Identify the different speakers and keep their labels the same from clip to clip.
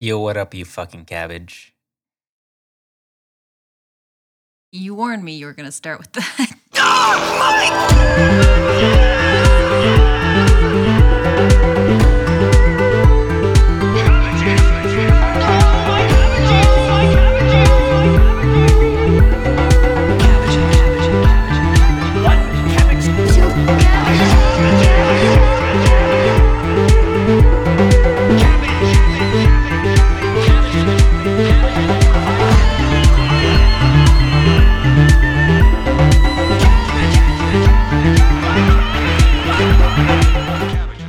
Speaker 1: Yo, what up, you fucking cabbage?
Speaker 2: You warned me you were going to start with that.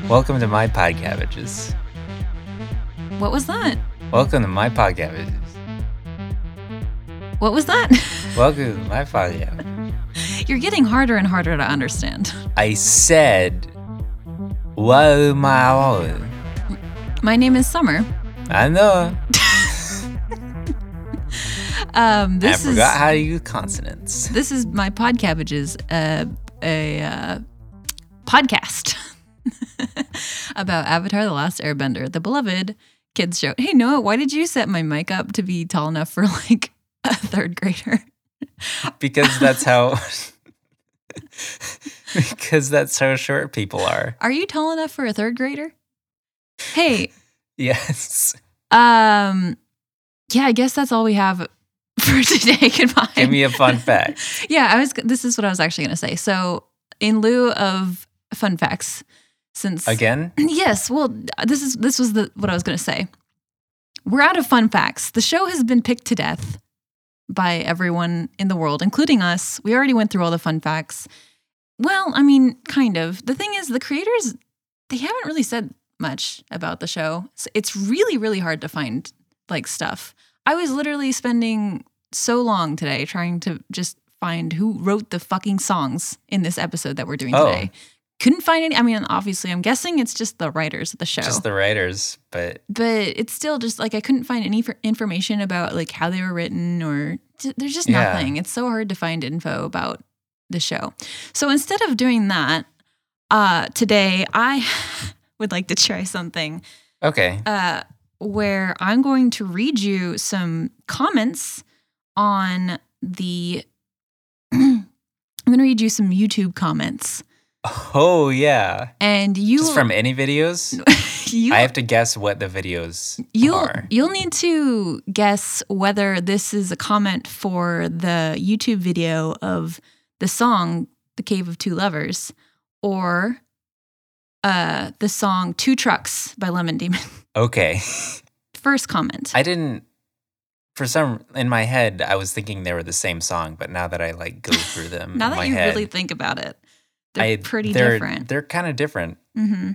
Speaker 1: Welcome to my pod cabbages.
Speaker 2: What was that?
Speaker 1: Welcome to my pod cabbages.
Speaker 2: What was that?
Speaker 1: Welcome to my pod cabbages.
Speaker 2: You're getting harder and harder to understand.
Speaker 1: I said, whoa, my lord.
Speaker 2: My name is Summer.
Speaker 1: I know.
Speaker 2: Um,
Speaker 1: I
Speaker 2: this is
Speaker 1: forgot how to use consonants.
Speaker 2: this is my pod cabbages, uh, a uh, podcast about Avatar: The Last Airbender, the beloved kids show. Hey Noah, why did you set my mic up to be tall enough for like a third grader?
Speaker 1: Because that's how. because that's how short people are.
Speaker 2: Are you tall enough for a third grader? Hey,
Speaker 1: Yes.
Speaker 2: Um, yeah, I guess that's all we have for today. Goodbye.
Speaker 1: Give me a fun fact.
Speaker 2: yeah, I was. This is what I was actually going to say. So, in lieu of fun facts, since
Speaker 1: Again?
Speaker 2: yes, well, this is this was the what I was going to say. We're out of fun facts. The show has been picked to death by everyone in the world, including us. We already went through all the fun facts. Well, I mean, kind of. The thing is, the creators they haven't really said much about the show. So it's really, really hard to find like stuff. I was literally spending so long today trying to just find who wrote the fucking songs in this episode that we're doing
Speaker 1: Oh.
Speaker 2: today. Couldn't find any. I mean, obviously, I'm guessing it's just the writers of the show,
Speaker 1: Just the writers, but
Speaker 2: but it's still just like I couldn't find any for information about like how they were written or j- there's just
Speaker 1: Yeah.
Speaker 2: nothing. It's so hard to find info about the show. So instead of doing that, uh, today I would like to try something
Speaker 1: okay.
Speaker 2: uh, where I'm going to read you some comments on the. I'm going to read you some YouTube comments,
Speaker 1: Oh, yeah.
Speaker 2: and you
Speaker 1: Just from any videos?
Speaker 2: you
Speaker 1: I have to guess what the videos
Speaker 2: you'll
Speaker 1: are.
Speaker 2: you'll need to guess whether this is a comment for the YouTube video of the song "The Cave of Two Lovers" or uh, the song Two Trucks" by Lemon Demon.
Speaker 1: Okay.
Speaker 2: First comment.
Speaker 1: I didn't for some in my head I was thinking they were the same song, but now that I like go through them
Speaker 2: now
Speaker 1: in
Speaker 2: that
Speaker 1: my
Speaker 2: you
Speaker 1: head,
Speaker 2: really think about it, they're
Speaker 1: I,
Speaker 2: pretty
Speaker 1: they're,
Speaker 2: different.
Speaker 1: They're kind of different.
Speaker 2: hmm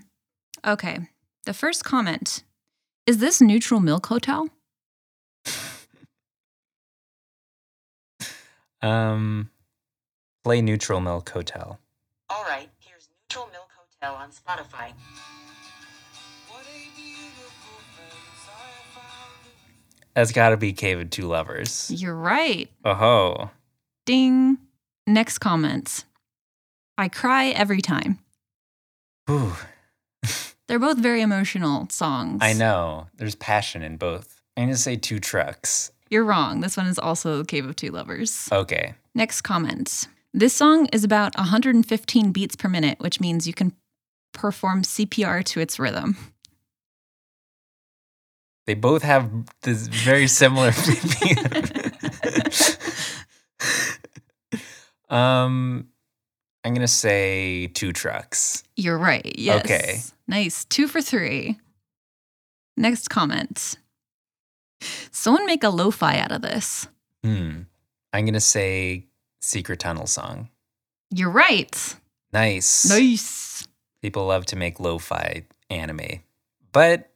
Speaker 2: Okay. The first comment is this neutral milk hotel?
Speaker 1: Um Play Neutral Milk Hotel.
Speaker 3: All right, here's Neutral Milk Hotel on Spotify.
Speaker 1: That's gotta be Cave of Two Lovers.
Speaker 2: You're right.
Speaker 1: Oh ho.
Speaker 2: Ding. Next comments. I cry every time.
Speaker 1: Whew.
Speaker 2: They're both very emotional songs.
Speaker 1: I know. There's passion in both. I'm gonna say two trucks.
Speaker 2: You're wrong. This one is also Cave of Two Lovers.
Speaker 1: Okay.
Speaker 2: Next comment. This song is about 115 beats per minute, which means you can perform CPR to its rhythm.
Speaker 1: They both have this very similar Um I'm gonna say two trucks.
Speaker 2: You're right. Yes.
Speaker 1: Okay.
Speaker 2: Nice. Two for three. Next comment. Someone make a lo fi out of this.
Speaker 1: Hmm. I'm gonna say Secret Tunnel song.
Speaker 2: You're right.
Speaker 1: Nice.
Speaker 2: Nice.
Speaker 1: People love to make lo-fi anime, but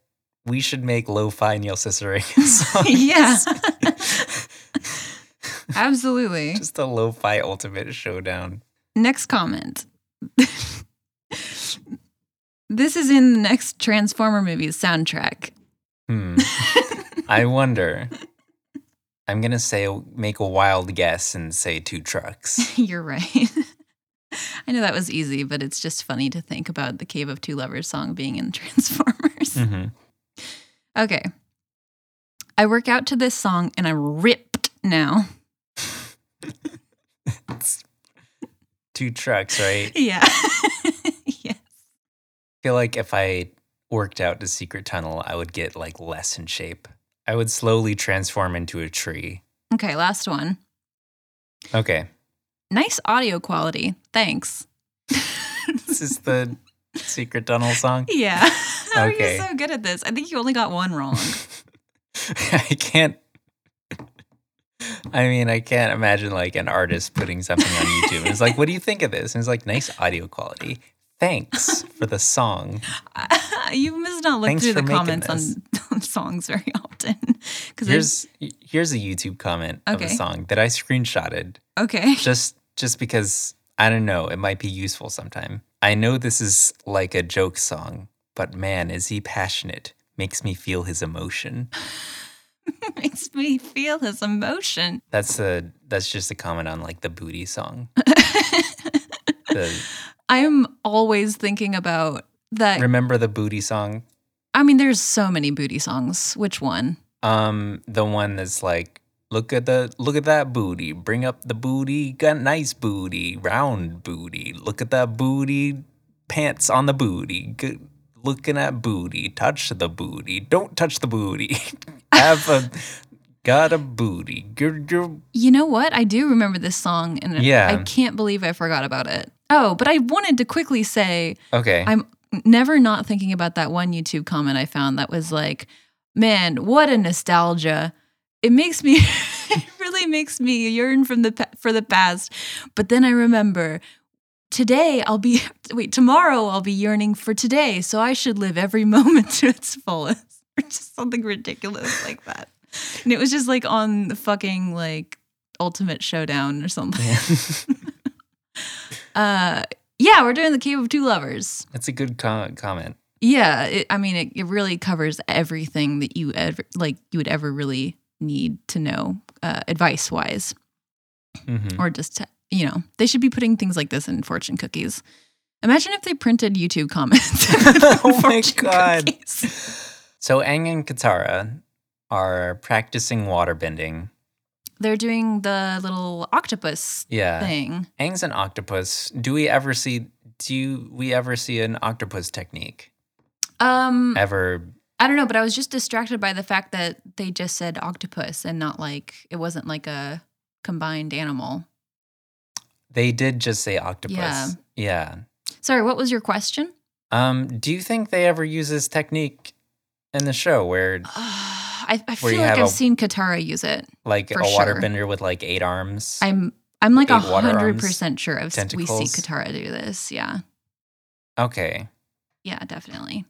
Speaker 1: we should make lo-fi Neil Cicerega songs.
Speaker 2: yeah. Absolutely.
Speaker 1: Just a lo-fi ultimate showdown.
Speaker 2: Next comment. this is in the next Transformer movie's soundtrack.
Speaker 1: Hmm. I wonder. I'm gonna say make a wild guess and say two trucks.
Speaker 2: You're right. I know that was easy, but it's just funny to think Mm. about the Cave of Two Lovers song being in Transformers.
Speaker 1: Mm-hmm.
Speaker 2: Okay. I work out to this song and I'm ripped now.
Speaker 1: It's two trucks, right? I
Speaker 2: Yeah. yeah.
Speaker 1: feel like if I worked out to Secret Tunnel, I would get like less in shape. I would slowly transform into a tree.
Speaker 2: Okay, last one.
Speaker 1: Okay.
Speaker 2: Nice audio quality. Thanks.
Speaker 1: This is the Secret Tunnel song.
Speaker 2: Yeah. How
Speaker 1: Okay.
Speaker 2: are you so good at this? I think you only got one wrong.
Speaker 1: I can't. I mean, I can't imagine like an artist putting something on YouTube and it's like, "What do you think of this?" And it's like, "Nice audio quality. Thanks for the song."
Speaker 2: you must not look
Speaker 1: Thanks
Speaker 2: through
Speaker 1: for
Speaker 2: the
Speaker 1: making
Speaker 2: comments on,
Speaker 1: this.
Speaker 2: on songs very often. Because
Speaker 1: Here's here's a YouTube comment of
Speaker 2: Okay.
Speaker 1: a song that I screenshotted
Speaker 2: okay,
Speaker 1: just just because I don't know, it might be useful sometime. I know this is like a joke song, but man, is he passionate. Makes me feel his emotion.
Speaker 2: makes me feel his emotion.
Speaker 1: That's a that's just a comment on like the booty song. The-
Speaker 2: I'm always thinking about that.
Speaker 1: remember the booty song?
Speaker 2: I mean, there's so many booty songs. Which one?
Speaker 1: Um, the one that's like, look at the look at that booty, bring up the booty, got nice booty, round booty, look at that booty, pants on the booty, good looking at booty, touch the booty, don't touch the booty, have a got a booty, Grr, grr.
Speaker 2: You know what? I do remember this song, and
Speaker 1: Yeah.
Speaker 2: I can't believe I forgot about it. Oh, but I wanted to quickly say
Speaker 1: okay,
Speaker 2: I'm never not thinking about that one YouTube comment I found that was like, man, what a nostalgia. It makes me, it really makes me yearn from the pa- for the past. But then I remember today I'll be, wait, tomorrow I'll be yearning for today. So I should live every moment to its fullest. Or just something ridiculous like that. And it was just like on the fucking like Ultimate Showdown or something. Uh, yeah, we're doing the Cave of Two Lovers.
Speaker 1: that's a good com- comment.
Speaker 2: Yeah, it, I mean, it, it really covers everything that you ever like you would ever really need to know, uh, advice wise,
Speaker 1: Mhm.
Speaker 2: or just to, you know, they should be putting things like this in fortune cookies. Imagine if they printed YouTube comments.
Speaker 1: Oh my
Speaker 2: Fortune
Speaker 1: God.
Speaker 2: cookies.
Speaker 1: So Aang and Katara are practicing waterbending.
Speaker 2: They're doing the little octopus
Speaker 1: Yeah.
Speaker 2: thing.
Speaker 1: Aang's an octopus. Do we ever see? Do you, we ever see an octopus technique
Speaker 2: Um,
Speaker 1: ever?
Speaker 2: I don't know, but I was just distracted by the fact that they just said octopus and not like it wasn't like a combined animal.
Speaker 1: They did just say octopus.
Speaker 2: Yeah.
Speaker 1: Yeah.
Speaker 2: Sorry, what was your question?
Speaker 1: Um. Do you think they ever use this technique in the show, where
Speaker 2: Uh, I, I
Speaker 1: Where you
Speaker 2: feel like
Speaker 1: have
Speaker 2: I've
Speaker 1: a-
Speaker 2: seen Katara use it.
Speaker 1: like
Speaker 2: For
Speaker 1: a
Speaker 2: sure.
Speaker 1: waterbender with like eight arms?
Speaker 2: I'm I'm like
Speaker 1: Eight water
Speaker 2: hundred percent sure of we see
Speaker 1: tentacles.
Speaker 2: Katara do this. Yeah,
Speaker 1: okay.
Speaker 2: yeah, definitely.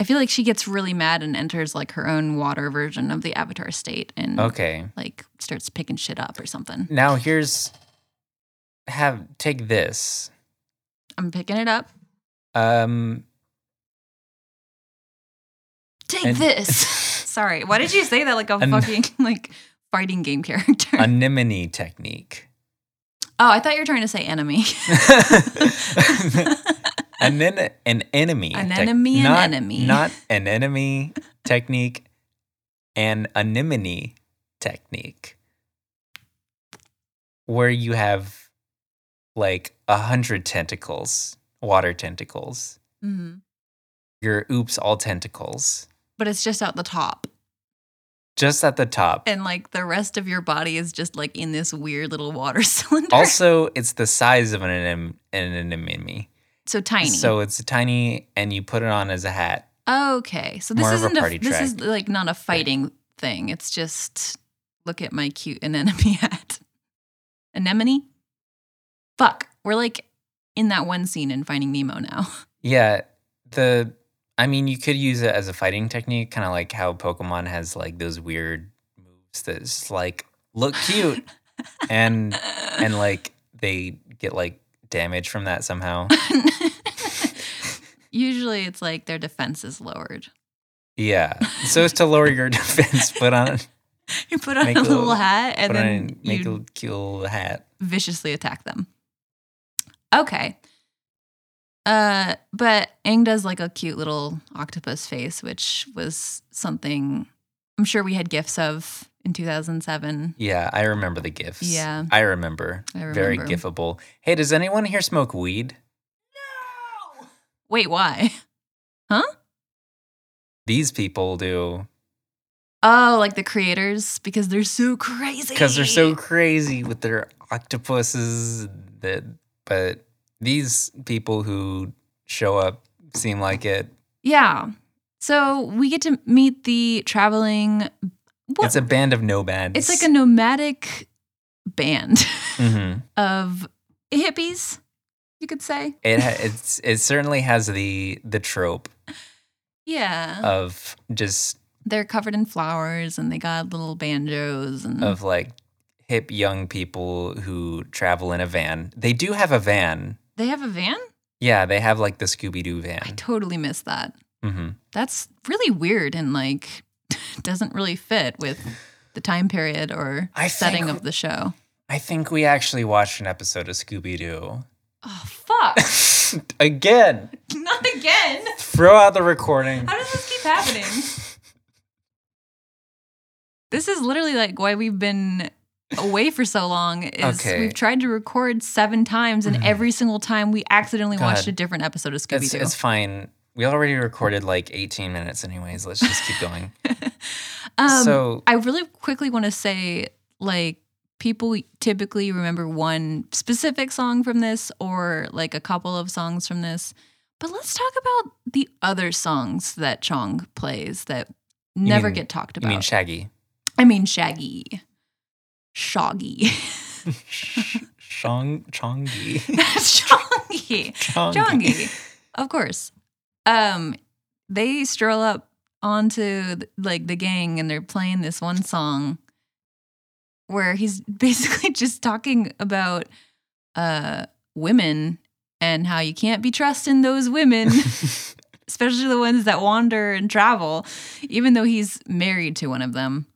Speaker 2: I feel like she gets really mad and enters like her own water version of the Avatar state and
Speaker 1: Okay. Mm.
Speaker 2: like starts picking shit up or something.
Speaker 1: Now here's have take this.
Speaker 2: I'm picking it up.
Speaker 1: Um.
Speaker 2: Take
Speaker 1: And-
Speaker 2: this. Sorry, why did you say that like a
Speaker 1: An-
Speaker 2: fucking like fighting game character?
Speaker 1: Anemone technique.
Speaker 2: oh, I thought you were trying to say enemy.
Speaker 1: and then an enemy.
Speaker 2: An
Speaker 1: tech-
Speaker 2: enemy, an
Speaker 1: not,
Speaker 2: enemy.
Speaker 1: Not an enemy technique, an anemone technique, where you have like a hundred tentacles, water tentacles.
Speaker 2: Mhm.
Speaker 1: Your oops, all tentacles,
Speaker 2: But it's just out the top.
Speaker 1: just at the top.
Speaker 2: and like the rest of your body is just like in this weird little water cylinder.
Speaker 1: also, it's the size of an anem- an anemone.
Speaker 2: so tiny.
Speaker 1: So it's tiny, and you put it on as a hat.
Speaker 2: okay, so this
Speaker 1: more of a
Speaker 2: isn't a,
Speaker 1: party
Speaker 2: this is
Speaker 1: track.
Speaker 2: like not a fighting thing. It's just look at my cute anemone hat. Anemone. Fuck, we're like in that one scene in Finding Nemo now.
Speaker 1: Yeah, the I mean, you could use it as a fighting technique, kind of like how Pokemon has like those weird moves that's like look cute and and like they get like damage from that somehow.
Speaker 2: Usually, it's like their defense is lowered.
Speaker 1: Yeah, so as to lower your defense, put on
Speaker 2: You put on
Speaker 1: Make
Speaker 2: a
Speaker 1: a
Speaker 2: little,
Speaker 1: little-
Speaker 2: hat, and
Speaker 1: put
Speaker 2: then
Speaker 1: on
Speaker 2: you
Speaker 1: make a cute little hat.
Speaker 2: viciously attack them. Okay. Uh, but Aang does like a cute little octopus face, which was something I'm sure we had gifs of in 2007.
Speaker 1: Yeah, I remember the gifts.
Speaker 2: Yeah.
Speaker 1: I remember.
Speaker 2: I
Speaker 1: Very
Speaker 2: remember.
Speaker 1: gifable. Hey, does anyone here smoke weed?
Speaker 2: Wait, why?
Speaker 1: These people do
Speaker 2: Oh, like the creators because they're so crazy.
Speaker 1: because they're so crazy with their octopuses. That, but these people who show up seem like it.
Speaker 2: Yeah. So we get to meet the traveling. What?
Speaker 1: It's a band of nomads.
Speaker 2: it's like a nomadic band
Speaker 1: Mm-hmm.
Speaker 2: of hippies, you could say.
Speaker 1: It ha- it's it certainly has the the trope
Speaker 2: Yeah.
Speaker 1: of just
Speaker 2: they're covered in flowers and they got little banjos and
Speaker 1: of like hip young people who travel in a van. They do have a van.
Speaker 2: they have a van?
Speaker 1: Yeah, they have like the Scooby Doo
Speaker 2: I
Speaker 1: van.
Speaker 2: totally missed that.
Speaker 1: hmm
Speaker 2: That's really weird and like doesn't really fit with the time period or
Speaker 1: I
Speaker 2: setting
Speaker 1: think-
Speaker 2: of the show.
Speaker 1: I think we actually watched an episode of Scooby Doo.
Speaker 2: Oh fuck.
Speaker 1: Again,
Speaker 2: Not again.
Speaker 1: throw out the recording.
Speaker 2: How does this keep happening? This is literally like why we've been away for so long is
Speaker 1: Okay. Mm-hmm.
Speaker 2: we've tried to record seven times and every single time we accidentally watched
Speaker 1: God.
Speaker 2: a different episode of Scooby
Speaker 1: It's,
Speaker 2: Doo.
Speaker 1: it's fine. We already recorded like 18 minutes, anyways. Let's just keep going.
Speaker 2: Um,
Speaker 1: so,
Speaker 2: I really quickly want to say like people typically remember one specific song from this or like a couple of songs from this. But let's talk about the other songs that Chong plays that never
Speaker 1: mean-
Speaker 2: get talked
Speaker 1: you
Speaker 2: about.
Speaker 1: mean Shaggy?
Speaker 2: I mean Shaggy. Shoggy.
Speaker 1: Sh- Shong Chongi.
Speaker 2: Shoggy. Chongi. Of course. Um they stroll up onto like the gang and they're playing this one song where he's basically just talking about uh women and how you can't be trusting those women, especially the ones that wander and travel, even though he's married to one of them.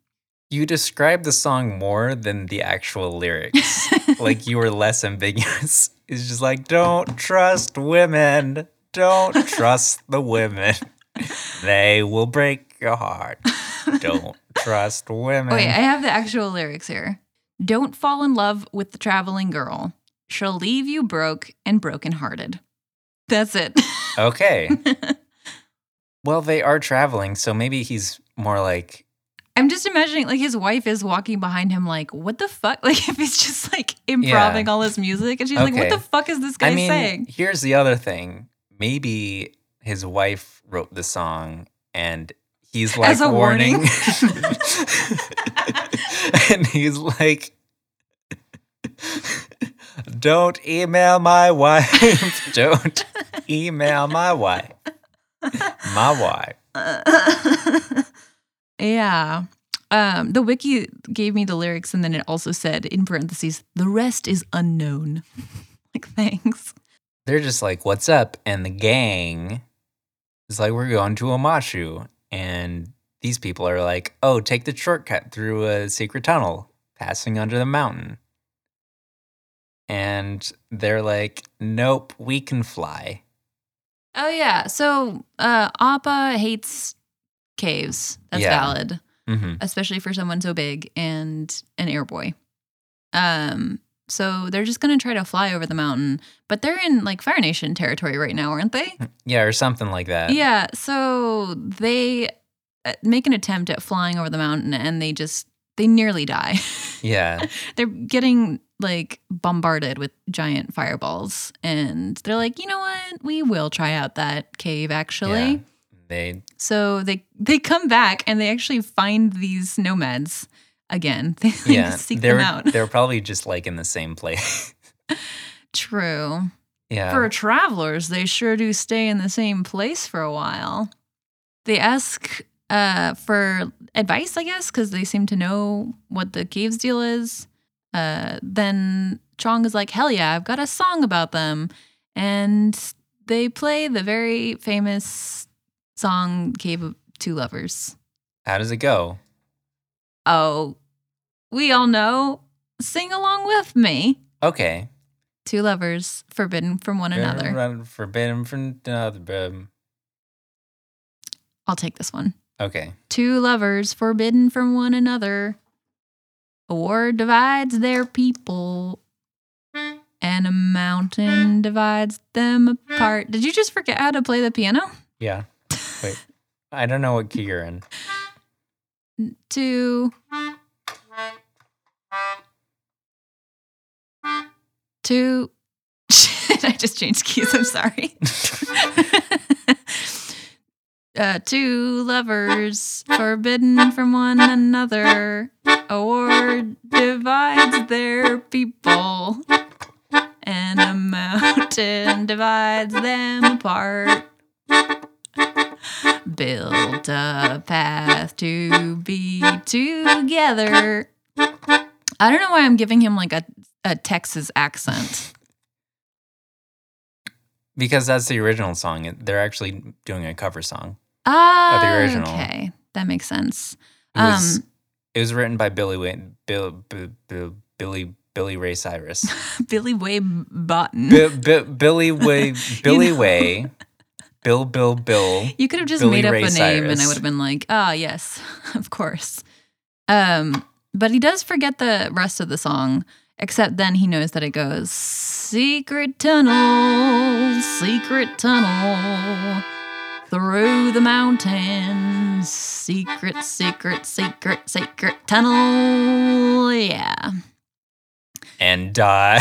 Speaker 1: You described the song more than the actual lyrics. like you were less ambiguous. It's just like, don't trust women. Don't trust the women. They will break your heart. Don't trust women.
Speaker 2: Oh, wait, I have the actual lyrics here. Don't fall in love with the traveling girl. She'll leave you broke and brokenhearted. That's it.
Speaker 1: okay. well, they are traveling, so maybe he's more like,
Speaker 2: I'm just imagining like his wife is walking behind him, like, what the fuck? Like, if he's just like improving all his music and she's like, what
Speaker 1: Okay.
Speaker 2: the fuck is this guy
Speaker 1: I mean,
Speaker 2: saying?
Speaker 1: here's the other thing. Maybe his wife wrote the song and he's like
Speaker 2: As a warning.
Speaker 1: and he's like Don't email my wife. Don't email my wife. My wife.
Speaker 2: yeah. Um, the wiki gave me the lyrics and then it also said in parentheses, the rest is unknown. like, thanks.
Speaker 1: They're just like, what's up? And the gang is like, we're going to Amashu. And these people are like, oh, take the shortcut through a secret tunnel, passing under the mountain. And they're like, nope, we can fly.
Speaker 2: Oh yeah. So uh Appa hates caves. That's
Speaker 1: Yeah.
Speaker 2: valid,
Speaker 1: hmm
Speaker 2: especially for someone so big and an airboy. Um so they're just going to try to fly over the mountain, but they're in like Fire Nation territory right now, aren't they?
Speaker 1: Yeah, or something like that.
Speaker 2: yeah. So they uh, make an attempt at flying over the mountain and they just they nearly die.
Speaker 1: Yeah.
Speaker 2: they're getting like bombarded with giant fireballs and they're like, "You know what? We will try out that cave actually."
Speaker 1: yeah. They,
Speaker 2: So they they come back and they actually find these nomads again. They like,
Speaker 1: yeah.
Speaker 2: seek
Speaker 1: they're,
Speaker 2: them out.
Speaker 1: they're probably just like in the same place.
Speaker 2: True.
Speaker 1: yeah.
Speaker 2: For travelers, they sure do stay in the same place for a while. They ask uh, for advice, I guess, because they seem to know what the caves deal is. Uh, then Chong is like, "Hell yeah, I've got a song about them," and they play the very famous song "Cave of Two Lovers."
Speaker 1: How does it go?
Speaker 2: Oh, we all know. Sing along with me.
Speaker 1: Okay.
Speaker 2: Two lovers forbidden from one another.
Speaker 1: Run- Forbidden from another. um,
Speaker 2: I'll take this one.
Speaker 1: Okay.
Speaker 2: Two lovers forbidden from one another. A war divides their people, and a mountain divides them apart. Did you just forget how to play the piano?
Speaker 1: Yeah. Wait. I don't know what key you're in.
Speaker 2: Two. Two. Shit, I just changed keys. I'm sorry. uh, two lovers forbidden from one another. A war divides their people, and a mountain divides them apart. Build a path to be together. I don't know why I'm giving him like a, a Texas accent.
Speaker 1: Because that's the original song. It- They're actually doing a cover song.
Speaker 2: Ah,
Speaker 1: original.
Speaker 2: Okay, that makes sense.
Speaker 1: It was,
Speaker 2: Um.
Speaker 1: it was written by Billy Wayne, Bill, Bill, Bill, Billy, Billy Ray Cyrus.
Speaker 2: Um, Billy Way Button.
Speaker 1: Bi- Bi- Billy Way, Billy
Speaker 2: know.
Speaker 1: Way, Bill, Bill, Bill.
Speaker 2: you could have just
Speaker 1: Billy
Speaker 2: made up
Speaker 1: Ray
Speaker 2: a name, and I
Speaker 1: Cyrus.
Speaker 2: would have been like, ah, yes, of course. Um, but he does forget the rest of the song, except then he knows that it goes secret tunnel, secret tunnel. Through the mountains, secret, secret, secret, secret tunnel. Yeah.
Speaker 1: And die.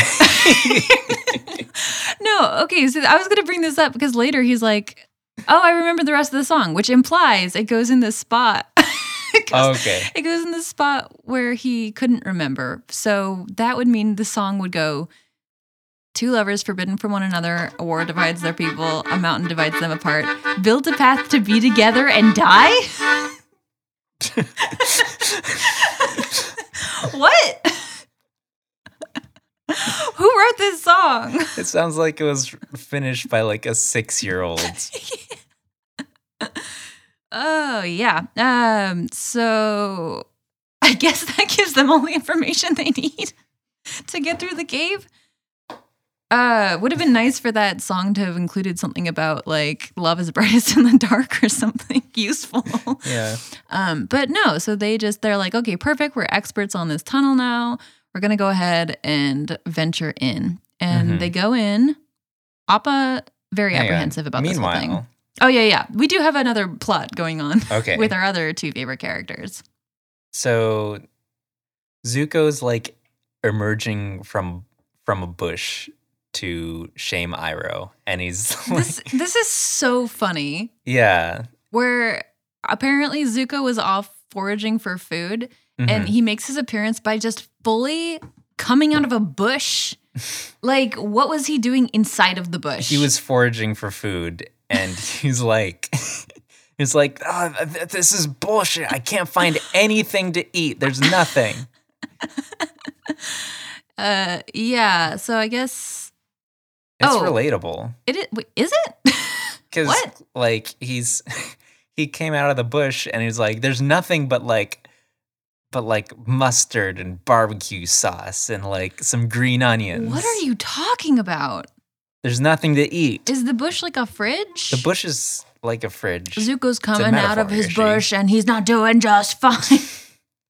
Speaker 2: No, okay. So I was going to bring this up because later he's like, "Oh, I remember the rest of the song," which implies it goes in this spot. It goes-
Speaker 1: okay.
Speaker 2: It goes in the spot where he couldn't remember. So that would mean the song would go Two lovers forbidden from one another, a war divides their people, a mountain divides them apart. Build a path to be together and die? what? Who wrote this song?
Speaker 1: It sounds like it was finished by like a six year old.
Speaker 2: Oh yeah. Um. So I guess that gives them all the information they need to get through the cave. Uh, would have been nice for that song to have included something about like love is brightest in the dark or something useful.
Speaker 1: Yeah.
Speaker 2: Um, but no, so they just they're like, okay, perfect. We're experts on this tunnel now. We're gonna go ahead and venture in, and
Speaker 1: Mhm.
Speaker 2: they go in. Appa very
Speaker 1: Hang on.
Speaker 2: apprehensive about
Speaker 1: Meanwhile,
Speaker 2: this whole thing. Oh yeah, yeah. We do have another plot going on
Speaker 1: Okay.
Speaker 2: with our other two favorite characters.
Speaker 1: so Zuko's like emerging from from a bush to shame Iroh. And he's like,
Speaker 2: This this is so funny.
Speaker 1: yeah.
Speaker 2: Where apparently Zuko was off foraging for food and
Speaker 1: Mhm.
Speaker 2: he makes his appearance by just fully coming out of a bush. like what was he doing inside of the bush?
Speaker 1: he was foraging for food and he's like he's like oh, th- th- this is bullshit i can't find anything to eat there's nothing
Speaker 2: uh yeah, so I guess
Speaker 1: it's
Speaker 2: Oh.
Speaker 1: relatable
Speaker 2: it is, wait, is it?
Speaker 1: because
Speaker 2: What?
Speaker 1: like he's he came out of the bush and he's like there's nothing but like but like mustard and barbecue sauce and like some green onions
Speaker 2: what are you talking about?
Speaker 1: there's nothing to eat
Speaker 2: Is the bush like a fridge?
Speaker 1: the bush is like a fridge
Speaker 2: Zuko's coming out of
Speaker 1: metaphor,
Speaker 2: his
Speaker 1: Yoshi.
Speaker 2: bush and he's not doing just fine.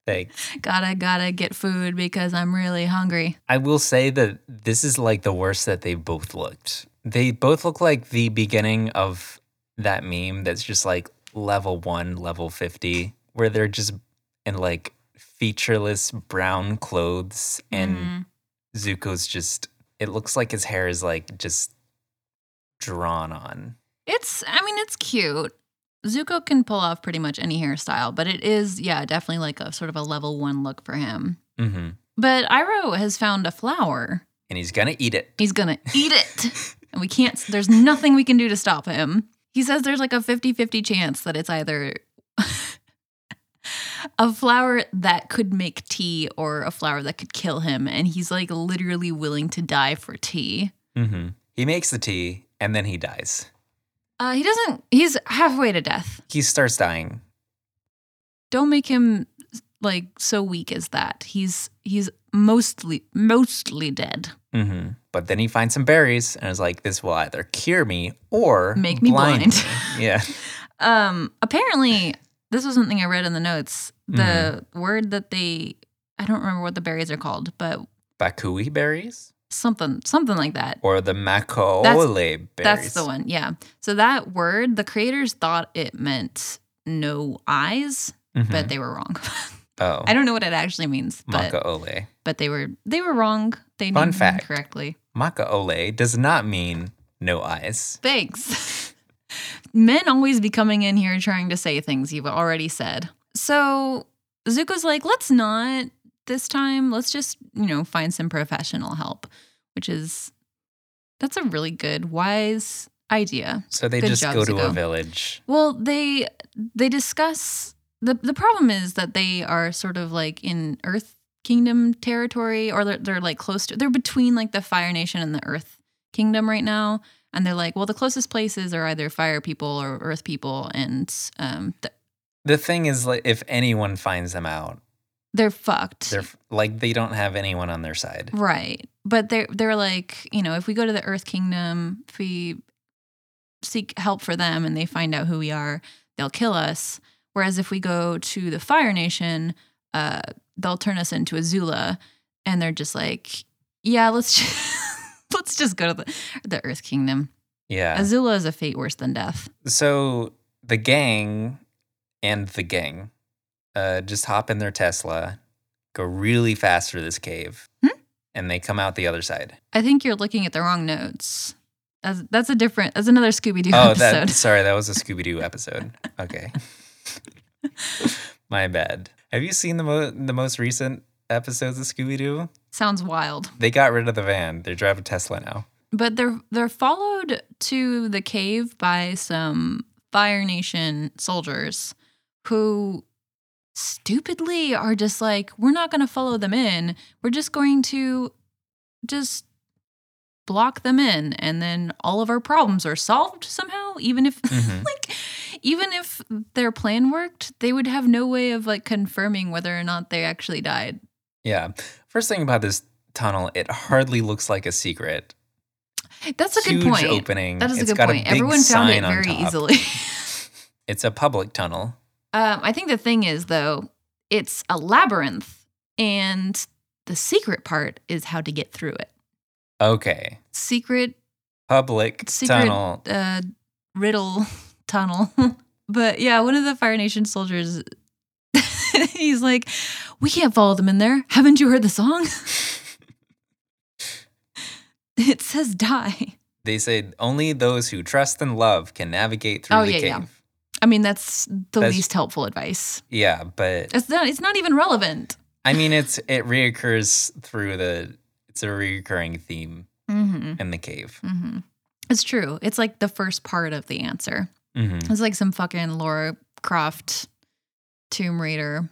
Speaker 1: like
Speaker 2: gotta gotta get food because I'm really hungry.
Speaker 1: I will say that this is like the worst that they both looked. They both look like the beginning of that meme that's just like level one, level 50, where they're just in like featureless brown clothes and
Speaker 2: Mhm.
Speaker 1: Zuko's just, it looks like his hair is like just drawn on.
Speaker 2: it's I mean it's cute. Zuko can pull off pretty much any hairstyle, but it is yeah definitely like a sort of a level one look for him.
Speaker 1: hmm
Speaker 2: But Iroh has found a flower.
Speaker 1: And he's gonna eat it.
Speaker 2: He's gonna eat it, and we can't. There's nothing we can do to stop him. He says there's like a 50-50 chance that it's either. A flower that could make tea or a flower that could kill him. And he's like literally willing to die for tea.
Speaker 1: hmm He makes the tea and then he dies.
Speaker 2: Uh, he doesn't. He's halfway to death.
Speaker 1: He starts dying.
Speaker 2: Don't make him like so weak as that. He's he's mostly mostly dead.
Speaker 1: hmm But then he finds some berries and is like, this will either cure me or
Speaker 2: Make me
Speaker 1: blind.
Speaker 2: blind.
Speaker 1: me." yeah.
Speaker 2: Um, apparently, this was something I read in the notes. The
Speaker 1: Mm-hmm.
Speaker 2: word that they, I don't remember what the berries are called, but
Speaker 1: Bakui berries
Speaker 2: something, something like that.
Speaker 1: or the macaole berries.
Speaker 2: That's the one. Yeah. So that word, the creators thought it meant no eyes,
Speaker 1: Mhm.
Speaker 2: but they were wrong.
Speaker 1: oh,
Speaker 2: I don't know what it actually means, but
Speaker 1: macaole.
Speaker 2: but they were they were wrong. They
Speaker 1: Fun
Speaker 2: named them
Speaker 1: fact.
Speaker 2: correctly.
Speaker 1: Macaole does not mean no eyes.
Speaker 2: Thanks. Men always be coming in here trying to say things you've already said. So Zuko's like, let's not this time. Let's just, you know, find some professional help, which is that's a really good, wise idea.
Speaker 1: So they
Speaker 2: Good
Speaker 1: just
Speaker 2: job,
Speaker 1: go to a
Speaker 2: Zuko.
Speaker 1: village.
Speaker 2: Well, they they discuss the the problem is that they are sort of like in Earth Kingdom territory, or they're, they're like close to they're between like the Fire Nation and the Earth Kingdom right now, and they're like, well, the closest places are either Fire people or Earth people, and um, th-
Speaker 1: The thing is, like, if anyone finds them out,
Speaker 2: they're fucked.
Speaker 1: they're f- like they don't have anyone on their side.
Speaker 2: Mm. Right. But they're they're like, you know, if we go to the Earth Kingdom, if we seek help for them and they find out who we are, they'll kill us. Whereas if we go to the Fire Nation, uh, they'll turn us into a Zula and they're just like, Yeah, let's just let's just go to the, the Earth Kingdom.
Speaker 1: Yeah.
Speaker 2: Azula is a fate worse than death.
Speaker 1: so the gang and the gang uh, just hop in their Tesla, go really fast through this cave,
Speaker 2: Hmm?
Speaker 1: and they come out the other side.
Speaker 2: I think you're looking at the wrong notes. That's, that's a different that's another Scooby Doo
Speaker 1: oh, that
Speaker 2: episode.
Speaker 1: sorry, that was a Scooby Doo episode. Okay, my bad. Have you seen the mo- the most recent episodes of Scooby Doo?
Speaker 2: Sounds wild.
Speaker 1: They got rid of the van. They're driving Tesla now.
Speaker 2: But they're they're followed to the cave by some Fire Nation soldiers who stupidly are just like, we're not gonna follow them in. We're just going to just block them in and then all of our problems are solved somehow, even if
Speaker 1: Mhm.
Speaker 2: like even if their plan worked, they would have no way of like confirming whether or not they actually died.
Speaker 1: Yeah. First thing about this tunnel, it hardly looks like a secret.
Speaker 2: That's a
Speaker 1: Huge
Speaker 2: good point.
Speaker 1: opening.
Speaker 2: That is a
Speaker 1: It's
Speaker 2: good
Speaker 1: got
Speaker 2: point.
Speaker 1: big
Speaker 2: Everyone found it
Speaker 1: sign on
Speaker 2: very
Speaker 1: top.
Speaker 2: easily.
Speaker 1: It's a public tunnel.
Speaker 2: Um, I think the thing is, though, it's a labyrinth, and the secret part is how to get through it.
Speaker 1: Okay.
Speaker 2: Secret,
Speaker 1: Public
Speaker 2: secret
Speaker 1: tunnel.
Speaker 2: Uh, riddle tunnel. but yeah, one of the Fire Nation soldiers, he's like, "We can't follow them in there. Haven't you heard the song? it says die."
Speaker 1: They said only those who trust and love can navigate through
Speaker 2: Oh,
Speaker 1: the
Speaker 2: yeah, yeah.
Speaker 1: cave.
Speaker 2: I mean, that's the
Speaker 1: That's-
Speaker 2: least helpful advice.
Speaker 1: Yeah. but
Speaker 2: It's not. It's not even relevant.
Speaker 1: I mean it's it reoccurs through the it's a reoccurring theme
Speaker 2: Mm-hmm.
Speaker 1: in the cave.
Speaker 2: Mm-hmm. It's true. It's like the first part of the answer.
Speaker 1: hmm
Speaker 2: It's like some fucking Laura Croft Tomb Raider.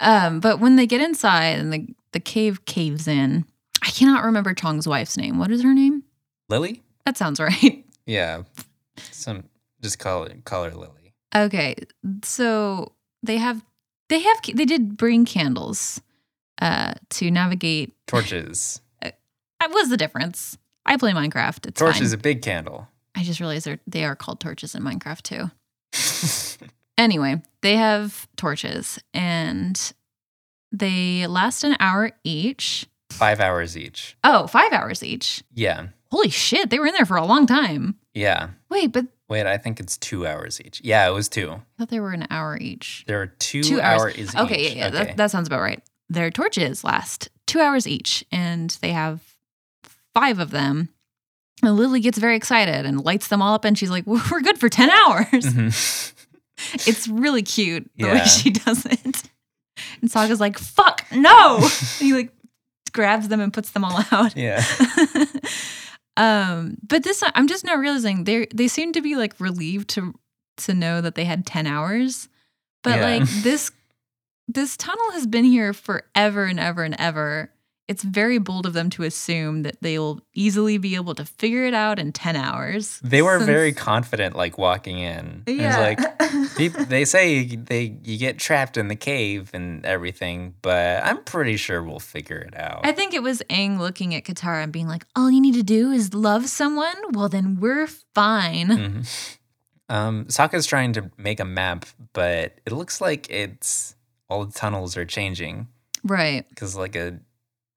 Speaker 2: Um, but when they get inside and the, the cave caves in, I cannot remember Chong's wife's name. What is her name?
Speaker 1: Lily?
Speaker 2: That sounds right.
Speaker 1: Yeah. Some just call it call her Lily.
Speaker 2: Okay, so they have they have they did bring candles uh, to navigate.
Speaker 1: Torches.
Speaker 2: Uh, What's the difference? I play Minecraft. It's
Speaker 1: Torch
Speaker 2: fine.
Speaker 1: is a big candle.
Speaker 2: I just realized they're, they are called torches in Minecraft too. Anyway, they have torches and they last an hour each.
Speaker 1: Five hours each.
Speaker 2: Oh, five hours each.
Speaker 1: Yeah.
Speaker 2: Holy shit, they were in there for a long time.
Speaker 1: Yeah.
Speaker 2: Wait, but
Speaker 1: Wait, I think it's two hours each. Yeah, it was two.
Speaker 2: I thought they were an hour each.
Speaker 1: There are two,
Speaker 2: Two hours.
Speaker 1: hour is
Speaker 2: Okay,
Speaker 1: each.
Speaker 2: yeah, yeah, That, that sounds about right. Their torches last two hours each, and they have five of them. And Lily gets very excited and lights them all up, and she's like, "We're good for ten hours."
Speaker 1: Mhm.
Speaker 2: It's really cute the way
Speaker 1: Yeah.
Speaker 2: she does it. And Saga's like, fuck, no. And he like grabs them and puts them all out.
Speaker 1: yeah.
Speaker 2: um, but this I'm just now realizing they they seem to be like relieved to to know that they had 10 hours. But
Speaker 1: Yeah.
Speaker 2: like this this tunnel has been here forever and ever and ever. It's very bold of them to assume that they'll easily be able to figure it out in 10 hours.
Speaker 1: They were
Speaker 2: since-
Speaker 1: very confident, like walking in. It was like they, they say you- they you get trapped in the cave and everything, but I'm pretty sure we'll figure it out.
Speaker 2: I think it was Aang looking at Katara and being like, all you need to do is love someone. Well, then we're fine.
Speaker 1: Mhm. Um, Sokka's trying to make a map, but it looks like it's all the tunnels are changing
Speaker 2: Right.
Speaker 1: because like a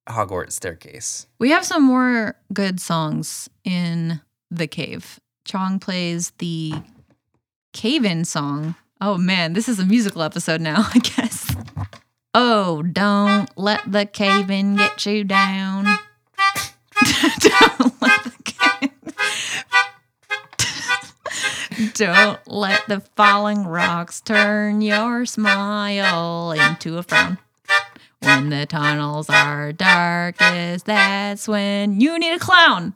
Speaker 1: Hogwarts staircase.
Speaker 2: We have some more good songs in the cave. Chong plays the cave in song. Oh man, this is a musical episode now, I guess. Oh, don't let the cave in get you down. don't let the cave Don't let the falling rocks turn your smile into a frown. When the tunnels are darkest, that's when you need a clown.